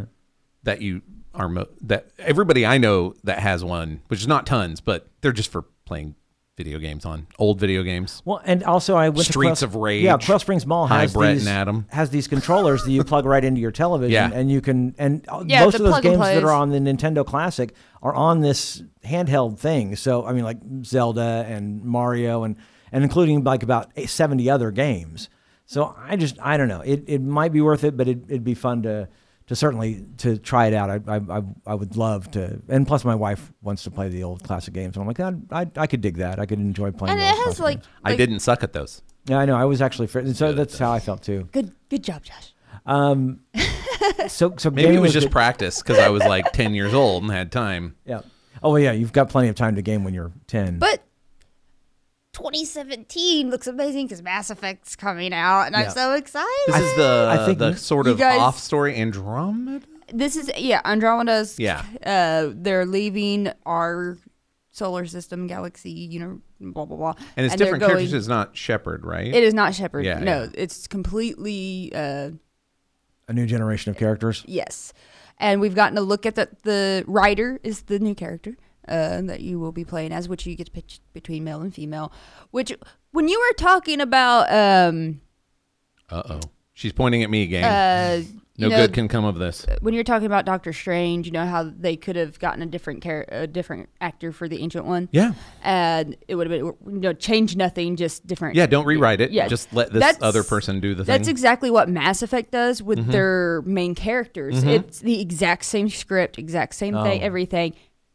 [SPEAKER 3] that you are mo- that everybody I know that has one, which is not tons, but they're just for playing video games on old video games.
[SPEAKER 1] Well, and also I went
[SPEAKER 3] Streets
[SPEAKER 1] to
[SPEAKER 3] of Rage,
[SPEAKER 1] Yeah, Quail Springs Mall
[SPEAKER 3] Hi,
[SPEAKER 1] has
[SPEAKER 3] Brett
[SPEAKER 1] these
[SPEAKER 3] and Adam.
[SPEAKER 1] has these controllers that you plug right into your television,
[SPEAKER 3] Yeah.
[SPEAKER 1] and you can and uh,
[SPEAKER 2] Yeah,
[SPEAKER 1] most of
[SPEAKER 2] the
[SPEAKER 1] those
[SPEAKER 2] plug and
[SPEAKER 1] games that are
[SPEAKER 2] plays.
[SPEAKER 1] on the Nintendo Classic are on this handheld thing. So I mean, like Zelda and Mario and and including like about eight- seventy other games. So I just I don't know. It it might be worth it, but it, it'd be fun to. To certainly to try it out, I, I I- I would love to, and plus my wife wants to play the old classic games, and I'm like, "God, I I could dig that. I could enjoy playing.
[SPEAKER 2] And
[SPEAKER 1] the
[SPEAKER 2] it
[SPEAKER 1] old
[SPEAKER 2] has
[SPEAKER 1] classic
[SPEAKER 2] like,
[SPEAKER 1] games.
[SPEAKER 3] I didn't suck at those.
[SPEAKER 1] Yeah, I know. I was actually, fr- and so that's how I felt too.
[SPEAKER 2] Good good job, Josh.
[SPEAKER 1] Um, so, so
[SPEAKER 3] Maybe it
[SPEAKER 1] gaming
[SPEAKER 3] was just
[SPEAKER 1] good-
[SPEAKER 3] practice because I was like ten years old and had time.
[SPEAKER 1] yeah. Oh well, yeah. You've got plenty of time to game when you're ten.
[SPEAKER 2] But 2017 looks amazing because Mass Effect's coming out, and
[SPEAKER 1] Yeah.
[SPEAKER 2] I'm so excited.
[SPEAKER 3] This is the
[SPEAKER 1] I think
[SPEAKER 3] the
[SPEAKER 1] you
[SPEAKER 3] sort of
[SPEAKER 2] guys-
[SPEAKER 3] off story Andromeda.
[SPEAKER 2] this is yeah, Andromeda's.
[SPEAKER 3] Yeah.
[SPEAKER 2] uh, they're leaving our solar system, galaxy, you know, blah blah blah.
[SPEAKER 3] And it's
[SPEAKER 2] they're
[SPEAKER 3] different
[SPEAKER 2] going-
[SPEAKER 3] characters. It's not Shepard, right?
[SPEAKER 2] It is not Shepard.
[SPEAKER 3] Yeah,
[SPEAKER 2] no,
[SPEAKER 3] yeah.
[SPEAKER 2] it's completely uh,
[SPEAKER 1] a new generation of characters.
[SPEAKER 2] yes. And we've gotten a look at that. The writer is the new character uh, that you will be playing as, which you get to pitch between male and female. Which, when you were talking about, um,
[SPEAKER 3] Uh oh. She's pointing at me, gang.
[SPEAKER 2] uh,
[SPEAKER 3] no
[SPEAKER 2] you know, uh,
[SPEAKER 3] good can come of this.
[SPEAKER 2] when you're talking about Doctor Strange, you know how they could have gotten a different char- a different actor for the ancient one.
[SPEAKER 3] Yeah.
[SPEAKER 2] and it would have been you know change nothing, just different.
[SPEAKER 3] Yeah, don't rewrite it.
[SPEAKER 2] Yeah,
[SPEAKER 3] Just let this
[SPEAKER 2] that's-
[SPEAKER 3] other person do the thing. Mm-hmm.
[SPEAKER 2] That's exactly what Mass Effect does with their main characters. It's the exact same script, exact same thing,
[SPEAKER 1] Oh.
[SPEAKER 2] everything.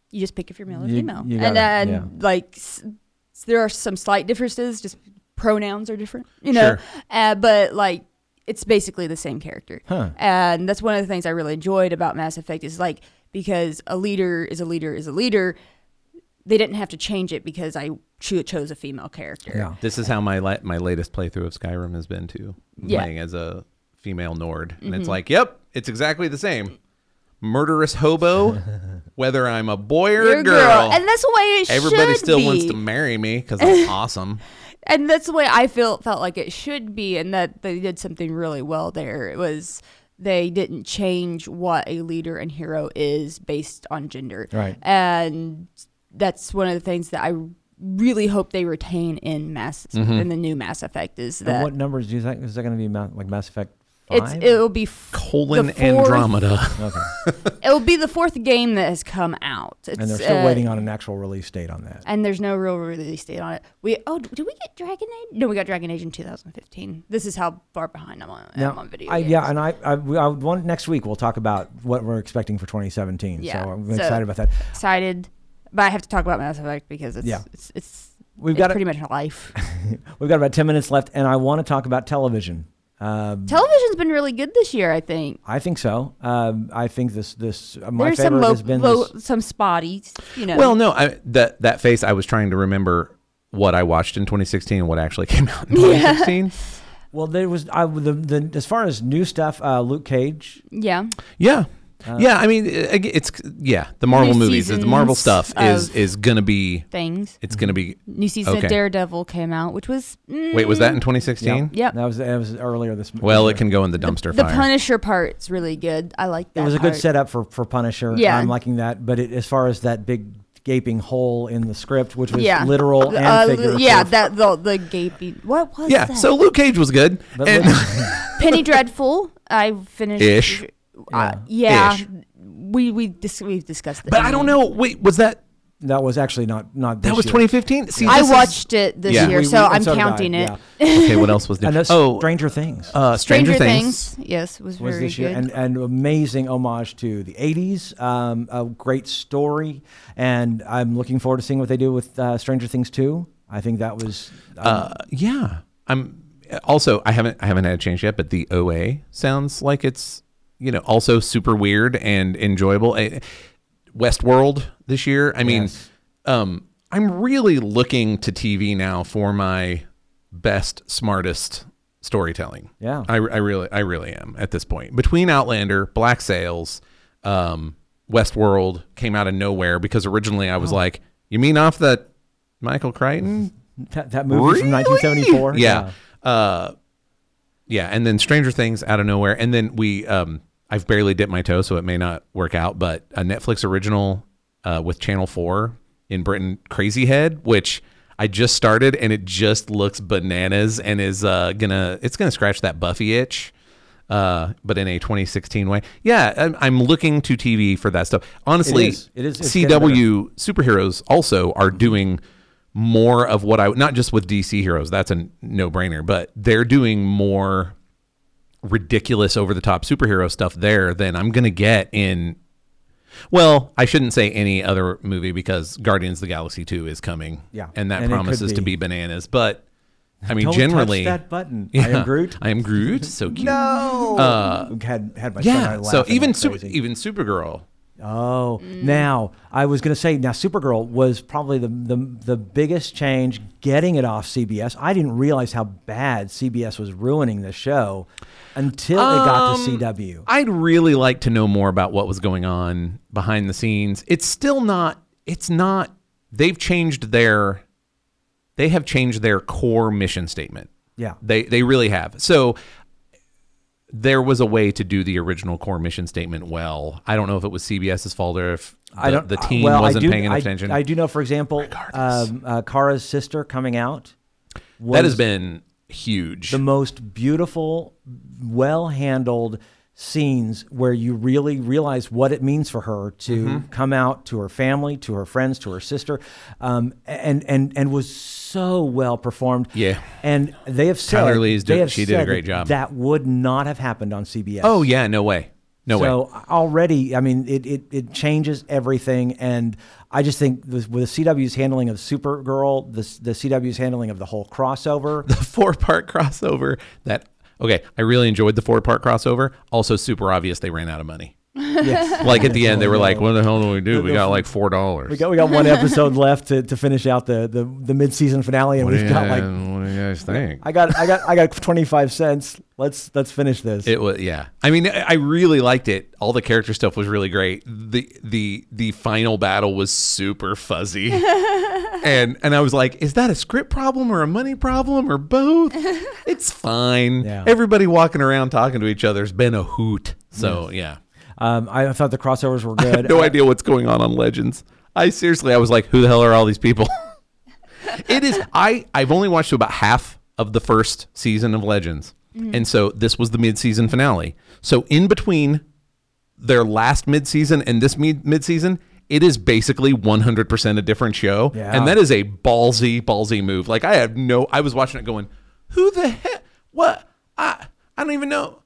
[SPEAKER 2] You just pick if you're male or
[SPEAKER 1] You-
[SPEAKER 2] female,
[SPEAKER 1] you
[SPEAKER 2] and
[SPEAKER 1] gotta-
[SPEAKER 2] then
[SPEAKER 1] yeah.
[SPEAKER 2] like s- there are some slight differences. Just pronouns are different, you know.
[SPEAKER 3] Sure.
[SPEAKER 2] Uh, but like it's basically the same character,
[SPEAKER 1] Huh.
[SPEAKER 2] and that's one of the things I really enjoyed about Mass Effect is like because a leader is a leader is a leader. They didn't have to change it because I cho- chose a female character.
[SPEAKER 1] Yeah.
[SPEAKER 3] this is how my la- my latest playthrough of Skyrim has been too.
[SPEAKER 2] Yeah. Mm-hmm.
[SPEAKER 3] Playing as a female Nord. And it's like, yep, it's exactly the same. Murderous hobo, whether I'm a boy or
[SPEAKER 2] You're
[SPEAKER 3] a girl.
[SPEAKER 2] and that's the way it
[SPEAKER 3] Everybody
[SPEAKER 2] should
[SPEAKER 3] still
[SPEAKER 2] be.
[SPEAKER 3] wants to marry me because I'm awesome.
[SPEAKER 2] and that's the way I feel felt like it should be, and that they did something really well there. It was they didn't change what a leader and hero is based on gender,
[SPEAKER 1] Right.
[SPEAKER 2] And that's one of the things that I really hope they retain in Mass in the new Mass Effect is
[SPEAKER 1] Mm-hmm. And
[SPEAKER 2] that
[SPEAKER 1] what numbers do you think is that going to be? Ma- Like Mass Effect
[SPEAKER 2] it's
[SPEAKER 1] Five?
[SPEAKER 2] it will be f-
[SPEAKER 3] Colon
[SPEAKER 2] the fourth-
[SPEAKER 3] Andromeda.
[SPEAKER 1] okay.
[SPEAKER 2] It will be the fourth game that has come out. It's,
[SPEAKER 1] And they're still
[SPEAKER 2] uh,
[SPEAKER 1] waiting on an actual release date on that.
[SPEAKER 2] and there's no real release date on it. We oh, d- did we get Dragon Age? No, we got Dragon Age in 2015. This is how far behind I'm on, I'm on video.
[SPEAKER 1] I,
[SPEAKER 2] games.
[SPEAKER 1] yeah, and I, I, we- I would want next week we'll talk about what we're expecting for 2017.
[SPEAKER 2] Yeah,
[SPEAKER 1] So I'm
[SPEAKER 2] so-
[SPEAKER 1] excited about that.
[SPEAKER 2] excited, but I have to talk about Mass Effect because it's
[SPEAKER 1] Yeah.
[SPEAKER 2] it's, it's
[SPEAKER 1] We've
[SPEAKER 2] it's
[SPEAKER 1] got a-
[SPEAKER 2] pretty much life.
[SPEAKER 1] We've got about 10 minutes left, and I want to talk about television. Um,
[SPEAKER 2] Television's been really good this year, I think.
[SPEAKER 1] I think so. Um, I think this this uh, my
[SPEAKER 2] There's some
[SPEAKER 1] favorite
[SPEAKER 2] low,
[SPEAKER 1] has been
[SPEAKER 2] low
[SPEAKER 1] this,
[SPEAKER 2] some spotty, you know.
[SPEAKER 3] Well, no, I, that that face. I was trying to remember what I watched in 2016 and what actually came out in 2016.
[SPEAKER 1] Well, there was I the, the as far as new stuff, uh, Luke Cage.
[SPEAKER 2] yeah,
[SPEAKER 3] Yeah,
[SPEAKER 2] Uh,
[SPEAKER 3] yeah. I mean, it- it's yeah. The Marvel
[SPEAKER 2] New
[SPEAKER 3] movies, the Marvel stuff is
[SPEAKER 2] seasons
[SPEAKER 3] is gonna be.
[SPEAKER 2] things.
[SPEAKER 3] It's gonna be.
[SPEAKER 2] New season
[SPEAKER 3] Okay.
[SPEAKER 2] of Daredevil came out, which was mm,
[SPEAKER 3] Wait, was that in 2016?
[SPEAKER 2] Yep.
[SPEAKER 1] That was that was earlier this.
[SPEAKER 3] Well, it
[SPEAKER 1] year.
[SPEAKER 3] can go in the dumpster
[SPEAKER 2] the
[SPEAKER 3] fire.
[SPEAKER 2] Punisher part's really good. I like that.
[SPEAKER 1] It was a good
[SPEAKER 2] part.
[SPEAKER 1] setup for for Punisher. and
[SPEAKER 2] Yeah.
[SPEAKER 1] I'm liking that. But it, as far as that big gaping hole in the script, which was
[SPEAKER 2] Yeah,
[SPEAKER 1] literal and
[SPEAKER 2] Uh,
[SPEAKER 1] figurative.
[SPEAKER 2] yeah, that the the gaping. What was
[SPEAKER 3] yeah.
[SPEAKER 2] that?
[SPEAKER 3] So Luke Cage was good.
[SPEAKER 1] But
[SPEAKER 3] And-
[SPEAKER 1] Luke-
[SPEAKER 2] Penny Dreadful. I finished.
[SPEAKER 3] Ish.
[SPEAKER 2] Uh, yeah.
[SPEAKER 3] Ish.
[SPEAKER 2] We we dis- we've discussed. the
[SPEAKER 3] but I don't
[SPEAKER 2] ending.
[SPEAKER 3] know. Wait, was that
[SPEAKER 1] That was actually not not. This
[SPEAKER 3] That was
[SPEAKER 1] year.
[SPEAKER 3] 2015. See,
[SPEAKER 4] I
[SPEAKER 3] this is-
[SPEAKER 4] watched it this
[SPEAKER 3] Yeah.
[SPEAKER 4] year,
[SPEAKER 1] We- we-
[SPEAKER 4] so
[SPEAKER 1] and
[SPEAKER 4] I'm
[SPEAKER 1] so did I,
[SPEAKER 4] counting it.
[SPEAKER 1] yeah.
[SPEAKER 3] Okay, what else was
[SPEAKER 1] I know
[SPEAKER 3] there? Oh,
[SPEAKER 1] Stranger Things
[SPEAKER 3] uh, Stranger, Things.
[SPEAKER 4] yes, was,
[SPEAKER 1] was
[SPEAKER 4] very
[SPEAKER 1] this year,
[SPEAKER 4] good.
[SPEAKER 1] and, and amazing homage to the 80s. Um, a great story, and I'm looking forward to seeing what they do with uh, Stranger Things 2. I think that was
[SPEAKER 3] Uh, yeah. I'm also I haven't I haven't had a change yet, but the OA sounds like it's you know also super weird and enjoyable. Eh, Westworld this year. I mean,
[SPEAKER 1] Yes.
[SPEAKER 3] um, I'm really looking to TV now for my best smartest storytelling.
[SPEAKER 1] Yeah.
[SPEAKER 3] I, I really I really am at this point between Outlander, Black Sails, um, Westworld came out of nowhere because originally I was
[SPEAKER 1] Oh.
[SPEAKER 3] like, you mean off that Michael Crichton
[SPEAKER 1] that, that movie from 1974.
[SPEAKER 3] yeah. Uh, yeah. And then Stranger Things out of nowhere. And then we, um, I've barely dipped my toe, so it may not work out, but a Netflix original uh, with Channel 4 in Britain, Crazy Head, which I just started and it just looks bananas and is uh, going to, it's going to scratch that Buffy itch. Uh, but in a 2016 way, yeah, I'm, I'm looking to TV for that stuff. Honestly,
[SPEAKER 1] is. It is- it's getting better.
[SPEAKER 3] CW you superheroes also are
[SPEAKER 1] Mm-hmm.
[SPEAKER 3] doing more of what I not just with DC heroes, that's a no brainer, but they're doing more ridiculous over the top superhero stuff there than I'm gonna get in well, I shouldn't say any other movie because Guardians of the Galaxy 2 is coming.
[SPEAKER 1] Yeah.
[SPEAKER 3] And that
[SPEAKER 1] And it could
[SPEAKER 3] promises to
[SPEAKER 1] be.
[SPEAKER 3] be bananas. But I mean
[SPEAKER 1] Don't
[SPEAKER 3] generally
[SPEAKER 1] touch that button. I
[SPEAKER 3] Yeah.
[SPEAKER 1] am Groot.
[SPEAKER 3] I am Groot. So cute.
[SPEAKER 1] no. Uh, had had my son and I
[SPEAKER 3] Yeah. So
[SPEAKER 1] laughing
[SPEAKER 3] even e
[SPEAKER 1] like
[SPEAKER 3] super,
[SPEAKER 1] crazy.
[SPEAKER 3] even Supergirl.
[SPEAKER 1] Oh,
[SPEAKER 4] Mm.
[SPEAKER 1] now I was going to say now Supergirl was probably the, the the biggest change getting it off CBS. I didn't realize how bad CBS was ruining the show until it got to CW.
[SPEAKER 3] Um, I'd really like to know more about what was going on behind the scenes. It's still not it's not they've changed their they have changed their core mission statement.
[SPEAKER 1] Yeah.
[SPEAKER 3] They they really have. So there was a way to do the original core mission statement well. I don't know if it was CBS's fault or if the,
[SPEAKER 1] I don't.
[SPEAKER 3] the
[SPEAKER 1] I-
[SPEAKER 3] team
[SPEAKER 1] well, I
[SPEAKER 3] wasn't
[SPEAKER 1] do-
[SPEAKER 3] paying
[SPEAKER 1] I-
[SPEAKER 3] attention.
[SPEAKER 1] I do know, for example,
[SPEAKER 3] Regardless.
[SPEAKER 1] um, uh, Kara's sister coming out.
[SPEAKER 3] that has
[SPEAKER 1] was-
[SPEAKER 3] been huge.
[SPEAKER 1] the most beautiful, well handled scenes where you really realize what it means for her to come out to her family, to her friends, to her sister, um, and and and was so well performed.
[SPEAKER 3] Yeah.
[SPEAKER 1] and they have said
[SPEAKER 3] Tyler Lee's
[SPEAKER 1] they
[SPEAKER 3] do-
[SPEAKER 1] have
[SPEAKER 3] she did a
[SPEAKER 1] said
[SPEAKER 3] great
[SPEAKER 1] that
[SPEAKER 3] job.
[SPEAKER 1] That would not have happened on CBS.
[SPEAKER 3] oh yeah, no way. No way.
[SPEAKER 1] so already, I mean, it, it, it changes everything, and I just think with, with the CW's handling of Supergirl, the the CW's handling of the whole crossover,
[SPEAKER 3] the four part crossover that okay i really enjoyed the four part crossover also super obvious they ran out of money
[SPEAKER 1] yes.
[SPEAKER 3] like at the end they were like what the hell do we do we got like four
[SPEAKER 1] We
[SPEAKER 3] dollars
[SPEAKER 1] got we got one episode left to, to finish out the the, the mid season finale, and we've got like
[SPEAKER 3] do you guys think
[SPEAKER 1] I got I got I got twenty five cents. Let's let's finish this.
[SPEAKER 3] it was yeah i mean i I really liked it all the character stuff was really great the the the final battle was super fuzzy and and i was like is that a script problem or a money problem or both it's fine
[SPEAKER 1] Yeah.
[SPEAKER 3] everybody walking around talking to each other's been a hoot so yeah
[SPEAKER 1] um, I thought the crossovers were good.
[SPEAKER 3] no
[SPEAKER 1] I,
[SPEAKER 3] idea what's going on on Legends. I seriously, I was like, who the hell are all these people? it is. I I've only watched about half of the first season of Legends, and so this was the mid-season finale. So in between their last mid-season and this mid mid-season. It is basically 100% a different show.
[SPEAKER 1] Yeah.
[SPEAKER 3] And that is a ballsy, ballsy move. Like, I have no, I was watching it going, who the heck? What? I, I don't even know.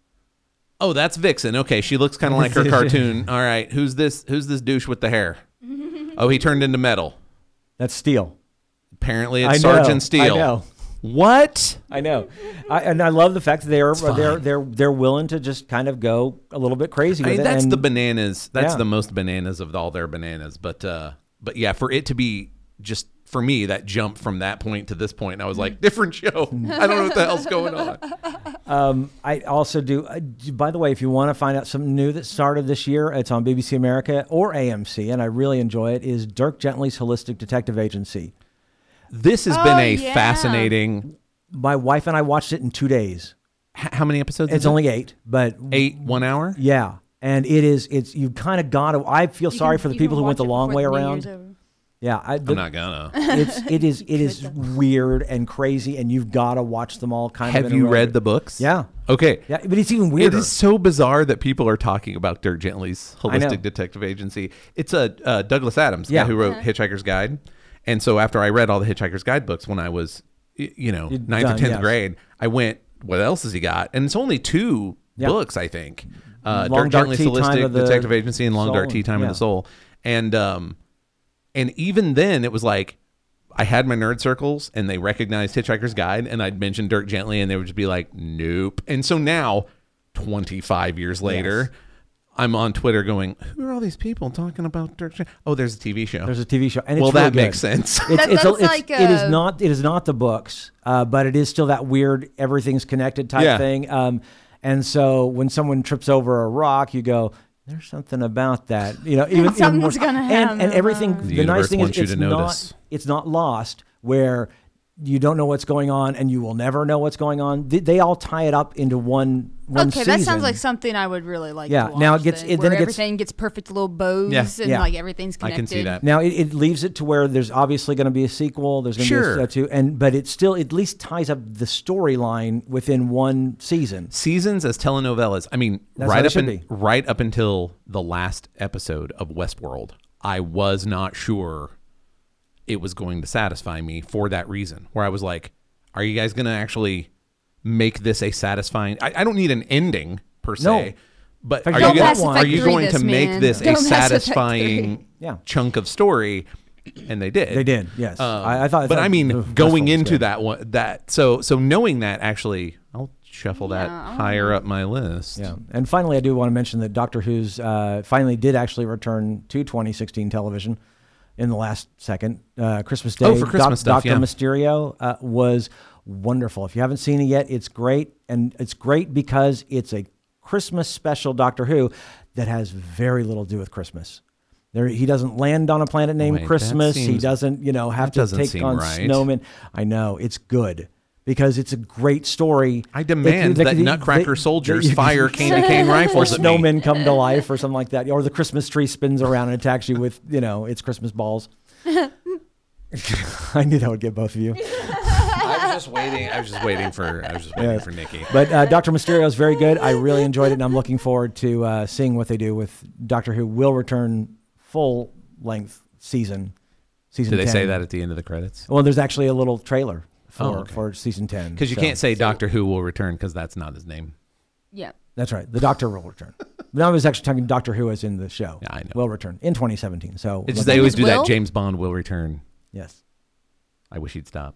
[SPEAKER 3] Oh, that's Vixen. Okay, she looks kind of like her cartoon. All right, who's this? Who's this douche with the hair? Oh, he turned into metal.
[SPEAKER 1] That's steel.
[SPEAKER 3] Apparently,
[SPEAKER 1] I
[SPEAKER 3] it's
[SPEAKER 1] know,
[SPEAKER 3] Sergeant Steel.
[SPEAKER 1] I know.
[SPEAKER 3] What?
[SPEAKER 1] I know, I, and I love the fact that they're
[SPEAKER 3] fine.
[SPEAKER 1] they're they're they're willing to just kind of go a little bit crazy
[SPEAKER 3] I
[SPEAKER 1] with
[SPEAKER 3] mean,
[SPEAKER 1] it.
[SPEAKER 3] that's
[SPEAKER 1] and
[SPEAKER 3] the bananas. That's
[SPEAKER 1] Yeah.
[SPEAKER 3] the most bananas of all their bananas. But uh, but yeah, for it to be just for me that jump from that point to this point, I was
[SPEAKER 1] Mm.
[SPEAKER 3] like, different show. I don't know what the hell's going on.
[SPEAKER 1] Um, I also do. I do- by the way, if you want to find out something new that started this year, it's on BBC America or AMC, and I really enjoy it. Is Dirk Gently's Holistic Detective Agency?
[SPEAKER 3] This has been
[SPEAKER 2] Oh,
[SPEAKER 3] a
[SPEAKER 2] yeah.
[SPEAKER 3] fascinating.
[SPEAKER 1] My wife and I watched it in two days.
[SPEAKER 3] h- How many episodes?
[SPEAKER 1] It's
[SPEAKER 3] is it?
[SPEAKER 1] only eight, but
[SPEAKER 3] Mm-hmm. eight, one hour.
[SPEAKER 1] yeah, and it is. It's you've kind of got to. I feel
[SPEAKER 2] You
[SPEAKER 1] sorry
[SPEAKER 2] can-
[SPEAKER 1] for the
[SPEAKER 2] you
[SPEAKER 1] people who
[SPEAKER 2] can
[SPEAKER 1] went
[SPEAKER 2] watch
[SPEAKER 1] the
[SPEAKER 2] it
[SPEAKER 1] long
[SPEAKER 2] before
[SPEAKER 1] way
[SPEAKER 2] New Year's
[SPEAKER 1] around.
[SPEAKER 2] over.
[SPEAKER 1] Yeah, I, the-
[SPEAKER 3] I'm not gonna.
[SPEAKER 1] it's it is it is weird and crazy, and you've got to watch them all. Kind of. in
[SPEAKER 3] Have
[SPEAKER 1] a
[SPEAKER 3] you
[SPEAKER 1] row.
[SPEAKER 3] read the books?
[SPEAKER 1] Yeah.
[SPEAKER 3] Okay.
[SPEAKER 1] Yeah, but it's even
[SPEAKER 3] It
[SPEAKER 1] weirder.
[SPEAKER 3] is so bizarre that people are talking about Dirk Gently's
[SPEAKER 1] know.
[SPEAKER 3] holistic detective agency. It's a uh, Douglas Adams, the
[SPEAKER 1] Yeah.
[SPEAKER 3] guy who wrote Hitchhiker's Guide. And so after I read all the Hitchhiker's Guide books when I was, y- you know, ninth
[SPEAKER 1] done,
[SPEAKER 3] or tenth
[SPEAKER 1] yes.
[SPEAKER 3] grade, I went, "What else has he got?" And it's only two
[SPEAKER 1] Yeah.
[SPEAKER 3] books, I think. Uh,
[SPEAKER 1] Long
[SPEAKER 3] Dirk
[SPEAKER 1] Dark
[SPEAKER 3] Gently's
[SPEAKER 1] Tea Time
[SPEAKER 3] holistic
[SPEAKER 1] of the
[SPEAKER 3] detective agency and Long Dark
[SPEAKER 1] Soul.
[SPEAKER 3] Tea Time of
[SPEAKER 1] Yeah.
[SPEAKER 3] the Soul, and um, and even then, it was like I had my nerd circles and they recognized Hitchhiker's Guide and I'd mention Dirk Gently and they would just be like, nope. And so now, 25 years later, I'm on Twitter going, who are all these people talking about Dirk Gently? Oh, there's a TV show.
[SPEAKER 1] There's a TV show, and it's
[SPEAKER 3] well,
[SPEAKER 1] really
[SPEAKER 3] that
[SPEAKER 1] good.
[SPEAKER 3] makes sense.
[SPEAKER 1] It's,
[SPEAKER 2] That-
[SPEAKER 1] it's,
[SPEAKER 2] that's
[SPEAKER 1] it's,
[SPEAKER 2] like uh,
[SPEAKER 1] it is
[SPEAKER 2] a-
[SPEAKER 1] not it is not the books, uh, but it is still that weird everything's connected type
[SPEAKER 3] Yeah.
[SPEAKER 1] thing. Um, and so when someone trips over a rock, you go, "There's something about that," you know. Even, even
[SPEAKER 2] Something's
[SPEAKER 1] more-
[SPEAKER 2] gonna
[SPEAKER 1] and,
[SPEAKER 2] happen. uh,
[SPEAKER 1] and everything. The, nice
[SPEAKER 3] universe
[SPEAKER 1] thing
[SPEAKER 3] wants
[SPEAKER 1] is
[SPEAKER 3] you
[SPEAKER 1] it's
[SPEAKER 3] to notice.
[SPEAKER 1] not it's not lost where you don't know what's going on and you will never know what's going on. They, they all tie it up into one one
[SPEAKER 2] Okay, that sounds
[SPEAKER 1] season.
[SPEAKER 2] like something I would really like.
[SPEAKER 1] Yeah,
[SPEAKER 2] to
[SPEAKER 1] now it
[SPEAKER 2] watch
[SPEAKER 1] gets-
[SPEAKER 2] then,
[SPEAKER 1] it- then
[SPEAKER 2] where
[SPEAKER 1] it gets-
[SPEAKER 2] everything gets perfect little bows
[SPEAKER 3] Yeah.
[SPEAKER 2] and
[SPEAKER 1] Yeah.
[SPEAKER 2] like everything's
[SPEAKER 3] I
[SPEAKER 2] connected.
[SPEAKER 3] can see that.
[SPEAKER 1] Now it, it leaves it to where there's obviously going to be a sequel. There's going to
[SPEAKER 3] Sure.
[SPEAKER 1] be a two, and but it still at least ties up the storyline within one season.
[SPEAKER 3] Seasons as telenovelas. I mean,
[SPEAKER 1] That's how
[SPEAKER 3] right
[SPEAKER 1] they
[SPEAKER 3] up
[SPEAKER 1] should
[SPEAKER 3] in,
[SPEAKER 1] be.
[SPEAKER 3] right up until the last episode of Westworld, I was not sure it was going to satisfy me for that reason. Where I was like, are you guys going to actually make this a satisfying? I, I don't need an ending per se,
[SPEAKER 1] No.
[SPEAKER 3] but
[SPEAKER 1] fact,
[SPEAKER 3] are
[SPEAKER 1] don't
[SPEAKER 3] you,
[SPEAKER 1] Mass
[SPEAKER 3] gonna,
[SPEAKER 1] Effect
[SPEAKER 3] are you
[SPEAKER 2] 3
[SPEAKER 3] going
[SPEAKER 2] this,
[SPEAKER 3] to make
[SPEAKER 2] man.
[SPEAKER 3] this
[SPEAKER 2] Don't
[SPEAKER 3] a
[SPEAKER 2] Mass Effect 3.
[SPEAKER 3] satisfying
[SPEAKER 1] Yeah.
[SPEAKER 3] chunk of story? And they did. Um,
[SPEAKER 1] They did, yes. I- I thought- I
[SPEAKER 3] but
[SPEAKER 1] thought
[SPEAKER 3] I mean,
[SPEAKER 1] the first one
[SPEAKER 3] going
[SPEAKER 1] was
[SPEAKER 3] into
[SPEAKER 1] good.
[SPEAKER 3] that one, that so so knowing that actually, I'll shuffle that
[SPEAKER 2] Yeah, I
[SPEAKER 3] higher up my list.
[SPEAKER 1] Yeah. And finally, I do want to mention that Doctor Who's uh, finally did actually return to 2016 television in the last second. Uh, Christmas Day.
[SPEAKER 3] Oh, for Christmas stuff,
[SPEAKER 1] Doctor
[SPEAKER 3] yeah.
[SPEAKER 1] Mysterio uh, was wonderful. If you haven't seen it yet, it's great. And it's great because it's a Christmas special Doctor Who that has very little to do with Christmas. There, he doesn't land on a planet named
[SPEAKER 3] Wait, that
[SPEAKER 1] Christmas. he
[SPEAKER 3] seems-
[SPEAKER 1] doesn't, you know, have
[SPEAKER 3] that
[SPEAKER 1] to
[SPEAKER 3] doesn't
[SPEAKER 1] take
[SPEAKER 3] seem
[SPEAKER 1] on
[SPEAKER 3] right.
[SPEAKER 1] snowmen. I know it's good because it's a great story.
[SPEAKER 3] I
[SPEAKER 1] They-
[SPEAKER 3] demand
[SPEAKER 1] they-
[SPEAKER 3] that
[SPEAKER 1] they-
[SPEAKER 3] Nutcracker
[SPEAKER 1] they-
[SPEAKER 3] soldiers
[SPEAKER 1] they-
[SPEAKER 3] fire candy cane
[SPEAKER 1] or
[SPEAKER 3] rifles at me.
[SPEAKER 1] snowmen come to life or something like that or the christmas tree spins around and attacks you with you know its christmas balls i knew that would get both of you
[SPEAKER 3] I was just waiting. I was just waiting for. I was just waiting
[SPEAKER 1] Yes.
[SPEAKER 3] for Nikki.
[SPEAKER 1] but uh, dr mysterio is very good i really enjoyed it and i'm looking forward to uh, seeing what they do with doctor who will return full length season season
[SPEAKER 3] Did
[SPEAKER 1] 10.
[SPEAKER 3] they say that at the end of the credits?
[SPEAKER 1] well there's actually a little trailer for,
[SPEAKER 3] Oh, okay.
[SPEAKER 1] for season 10
[SPEAKER 3] Because you
[SPEAKER 1] so-
[SPEAKER 3] can't say Doctor Who will return because that's not his name.
[SPEAKER 2] Yeah.
[SPEAKER 1] That's right. The Doctor will return. But I was actually talking Doctor Who as in the show.
[SPEAKER 3] Yeah, I know.
[SPEAKER 1] Will return in 2017. So look
[SPEAKER 3] It's just they
[SPEAKER 1] out.
[SPEAKER 3] always
[SPEAKER 2] is
[SPEAKER 3] do
[SPEAKER 2] Will?
[SPEAKER 3] that. James Bond will return.
[SPEAKER 1] yes.
[SPEAKER 3] I wish he'd stop.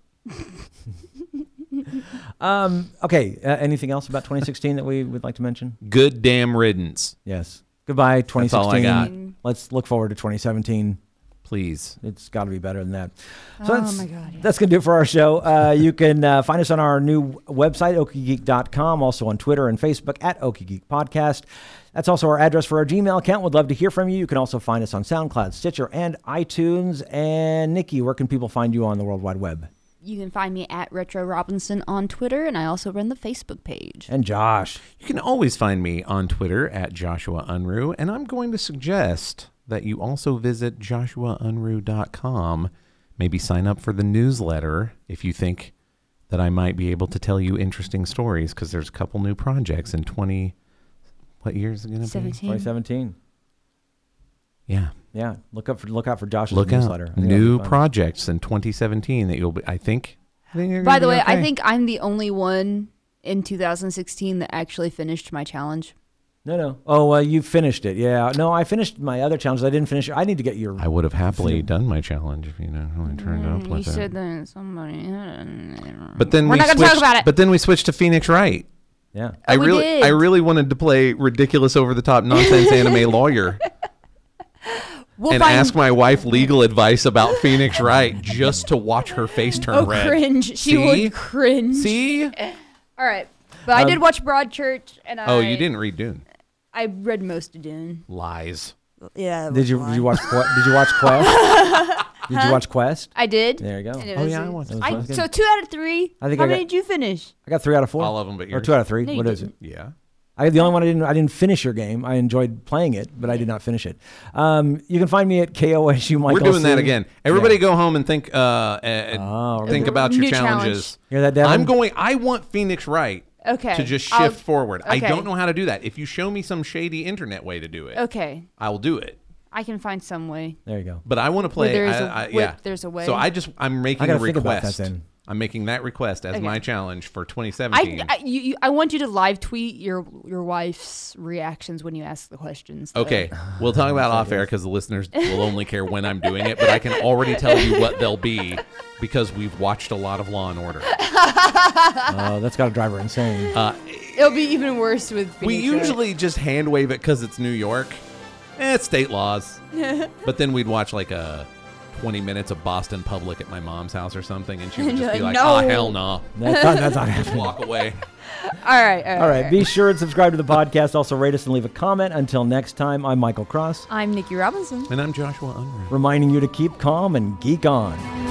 [SPEAKER 1] Um, okay. Uh, anything else about 2016 that we would like to mention?
[SPEAKER 3] Good damn riddance,
[SPEAKER 1] Yes. Goodbye, 2016.
[SPEAKER 3] all I got.
[SPEAKER 1] Let's look forward to 2017.
[SPEAKER 3] please.
[SPEAKER 1] It's got to be better than that. So
[SPEAKER 2] Oh
[SPEAKER 1] that's,
[SPEAKER 2] my God, yeah.
[SPEAKER 1] That's going to do it for our show. Uh, you can uh, find us on our new website, okiegeek.com, also on Twitter and Facebook at Okiegeek Podcast. That's also our address for our Gmail account. We'd love to hear from you. You can also find us on SoundCloud, Stitcher, and iTunes. And Nikki, where can people find you on the World Wide Web?
[SPEAKER 2] You can find me at Retro Robinson on Twitter, and I also run the Facebook page.
[SPEAKER 1] And Josh.
[SPEAKER 3] You can always find me on Twitter at Joshua Unruh, and I'm going to suggest that you also visit joshuaunruh.com. Maybe sign up for the newsletter if you think that I might be able to tell you interesting stories because there's a couple new projects in 20. What year is it going to be?
[SPEAKER 2] 17.
[SPEAKER 1] 2017.
[SPEAKER 3] Yeah.
[SPEAKER 1] Yeah. Look up for look out for Josh's
[SPEAKER 3] Look
[SPEAKER 1] newsletter.
[SPEAKER 3] out.
[SPEAKER 1] I think that'll
[SPEAKER 3] New
[SPEAKER 1] be fun.
[SPEAKER 3] projects in 2017 that you'll be, I think. I think you're
[SPEAKER 2] By
[SPEAKER 3] gonna
[SPEAKER 2] the
[SPEAKER 3] be
[SPEAKER 2] way, I
[SPEAKER 3] okay.
[SPEAKER 2] think I'm the only one in 2016 that actually finished my challenge.
[SPEAKER 1] No, no. Oh, well, you finished it. Yeah. No, I finished my other challenges. I didn't finish. I need to get your
[SPEAKER 3] I would have happily done my challenge if you know how it turned out
[SPEAKER 2] Mm. You
[SPEAKER 3] with it.
[SPEAKER 2] said that somebody.
[SPEAKER 3] But then
[SPEAKER 2] We're
[SPEAKER 3] we
[SPEAKER 2] not gonna
[SPEAKER 3] switched,
[SPEAKER 2] talk about it.
[SPEAKER 3] But then we switched to Phoenix Wright.
[SPEAKER 1] yeah.
[SPEAKER 3] I
[SPEAKER 2] Oh, we
[SPEAKER 3] really,
[SPEAKER 2] did.
[SPEAKER 3] I really wanted to play ridiculous, over the top, nonsense anime lawyer
[SPEAKER 2] we'll
[SPEAKER 3] and
[SPEAKER 2] find
[SPEAKER 3] ask my wife legal advice about Phoenix Wright just to watch her face turn
[SPEAKER 2] oh,
[SPEAKER 3] red.
[SPEAKER 2] cringe. She
[SPEAKER 3] See?
[SPEAKER 2] would cringe.
[SPEAKER 3] See? Um,
[SPEAKER 2] All right. But I did watch Broadchurch, and I.
[SPEAKER 3] Oh, you didn't read Dune.
[SPEAKER 2] I read most of Dune.
[SPEAKER 3] Lies.
[SPEAKER 2] Yeah.
[SPEAKER 1] Did you did you watch Que- did you watch Quest? did you watch Quest?
[SPEAKER 2] I did.
[SPEAKER 1] There you go.
[SPEAKER 2] And it
[SPEAKER 3] Oh
[SPEAKER 2] was-
[SPEAKER 3] yeah, I watched.
[SPEAKER 1] That
[SPEAKER 2] I,
[SPEAKER 1] was good.
[SPEAKER 2] so two out of three.
[SPEAKER 1] I think
[SPEAKER 2] How
[SPEAKER 1] I
[SPEAKER 2] many
[SPEAKER 1] got-
[SPEAKER 2] did you finish?
[SPEAKER 1] I got three out of four.
[SPEAKER 3] All of 'em but
[SPEAKER 1] Or
[SPEAKER 3] yours.
[SPEAKER 1] two out of three.
[SPEAKER 2] No, you
[SPEAKER 1] what is it?
[SPEAKER 2] didn't.
[SPEAKER 3] Yeah.
[SPEAKER 1] I the only one I didn't I didn't finish your game. I enjoyed playing it, but I did not finish it. Um, you can find me at KOSU Michael.
[SPEAKER 3] We're doing that
[SPEAKER 1] C.
[SPEAKER 3] again. Everybody, go home and think. Uh, and
[SPEAKER 1] Oh,
[SPEAKER 3] think
[SPEAKER 5] right.
[SPEAKER 3] about your
[SPEAKER 5] New challenge.
[SPEAKER 3] challenges.
[SPEAKER 1] Hear that, Devin?
[SPEAKER 3] I'm going. I want Phoenix Wright.
[SPEAKER 2] Okay,
[SPEAKER 3] To just shift
[SPEAKER 2] I'll-
[SPEAKER 3] forward. I
[SPEAKER 2] okay.
[SPEAKER 3] don't know how to do that. If you show me some shady internet way to do it,
[SPEAKER 2] Okay,
[SPEAKER 3] I will do it.
[SPEAKER 2] I can find some way.
[SPEAKER 1] There you go.
[SPEAKER 3] But I want to play.
[SPEAKER 2] there is
[SPEAKER 3] I-
[SPEAKER 2] a-
[SPEAKER 3] I-
[SPEAKER 2] where
[SPEAKER 3] yeah.
[SPEAKER 2] there's a way.
[SPEAKER 3] So I just I'm making a
[SPEAKER 1] gotta think about that
[SPEAKER 3] request.
[SPEAKER 1] then.
[SPEAKER 3] I'm making that request as
[SPEAKER 2] Okay.
[SPEAKER 3] my challenge for 2017.
[SPEAKER 2] I, I, you, you, I want you to live tweet your your wife's reactions when you ask the questions. though.
[SPEAKER 3] Okay, we'll talk about off air because the listeners will only care when I'm doing it, but I can already tell you what they'll be because we've watched a lot of Law and Order.
[SPEAKER 1] Oh, that's got to drive her insane.
[SPEAKER 3] Uh,
[SPEAKER 2] it'll be even worse with.
[SPEAKER 3] We
[SPEAKER 2] Phoenix, right?
[SPEAKER 3] usually just hand wave it because it's New York. Eh, it's state laws. but then we'd watch like a 20 minutes of Boston Public at my mom's house or something, and she would just be like,
[SPEAKER 2] no.
[SPEAKER 3] oh, hell no.
[SPEAKER 1] that's not, that's not happening.
[SPEAKER 3] Walk away.
[SPEAKER 2] All right, all right.
[SPEAKER 1] All right. Be sure and subscribe to the podcast. Also rate us and leave a comment. Until next time, I'm Michael Cross,
[SPEAKER 2] I'm Nikki Robinson.
[SPEAKER 3] And I'm Joshua Unruh.
[SPEAKER 1] reminding you to keep calm and geek on.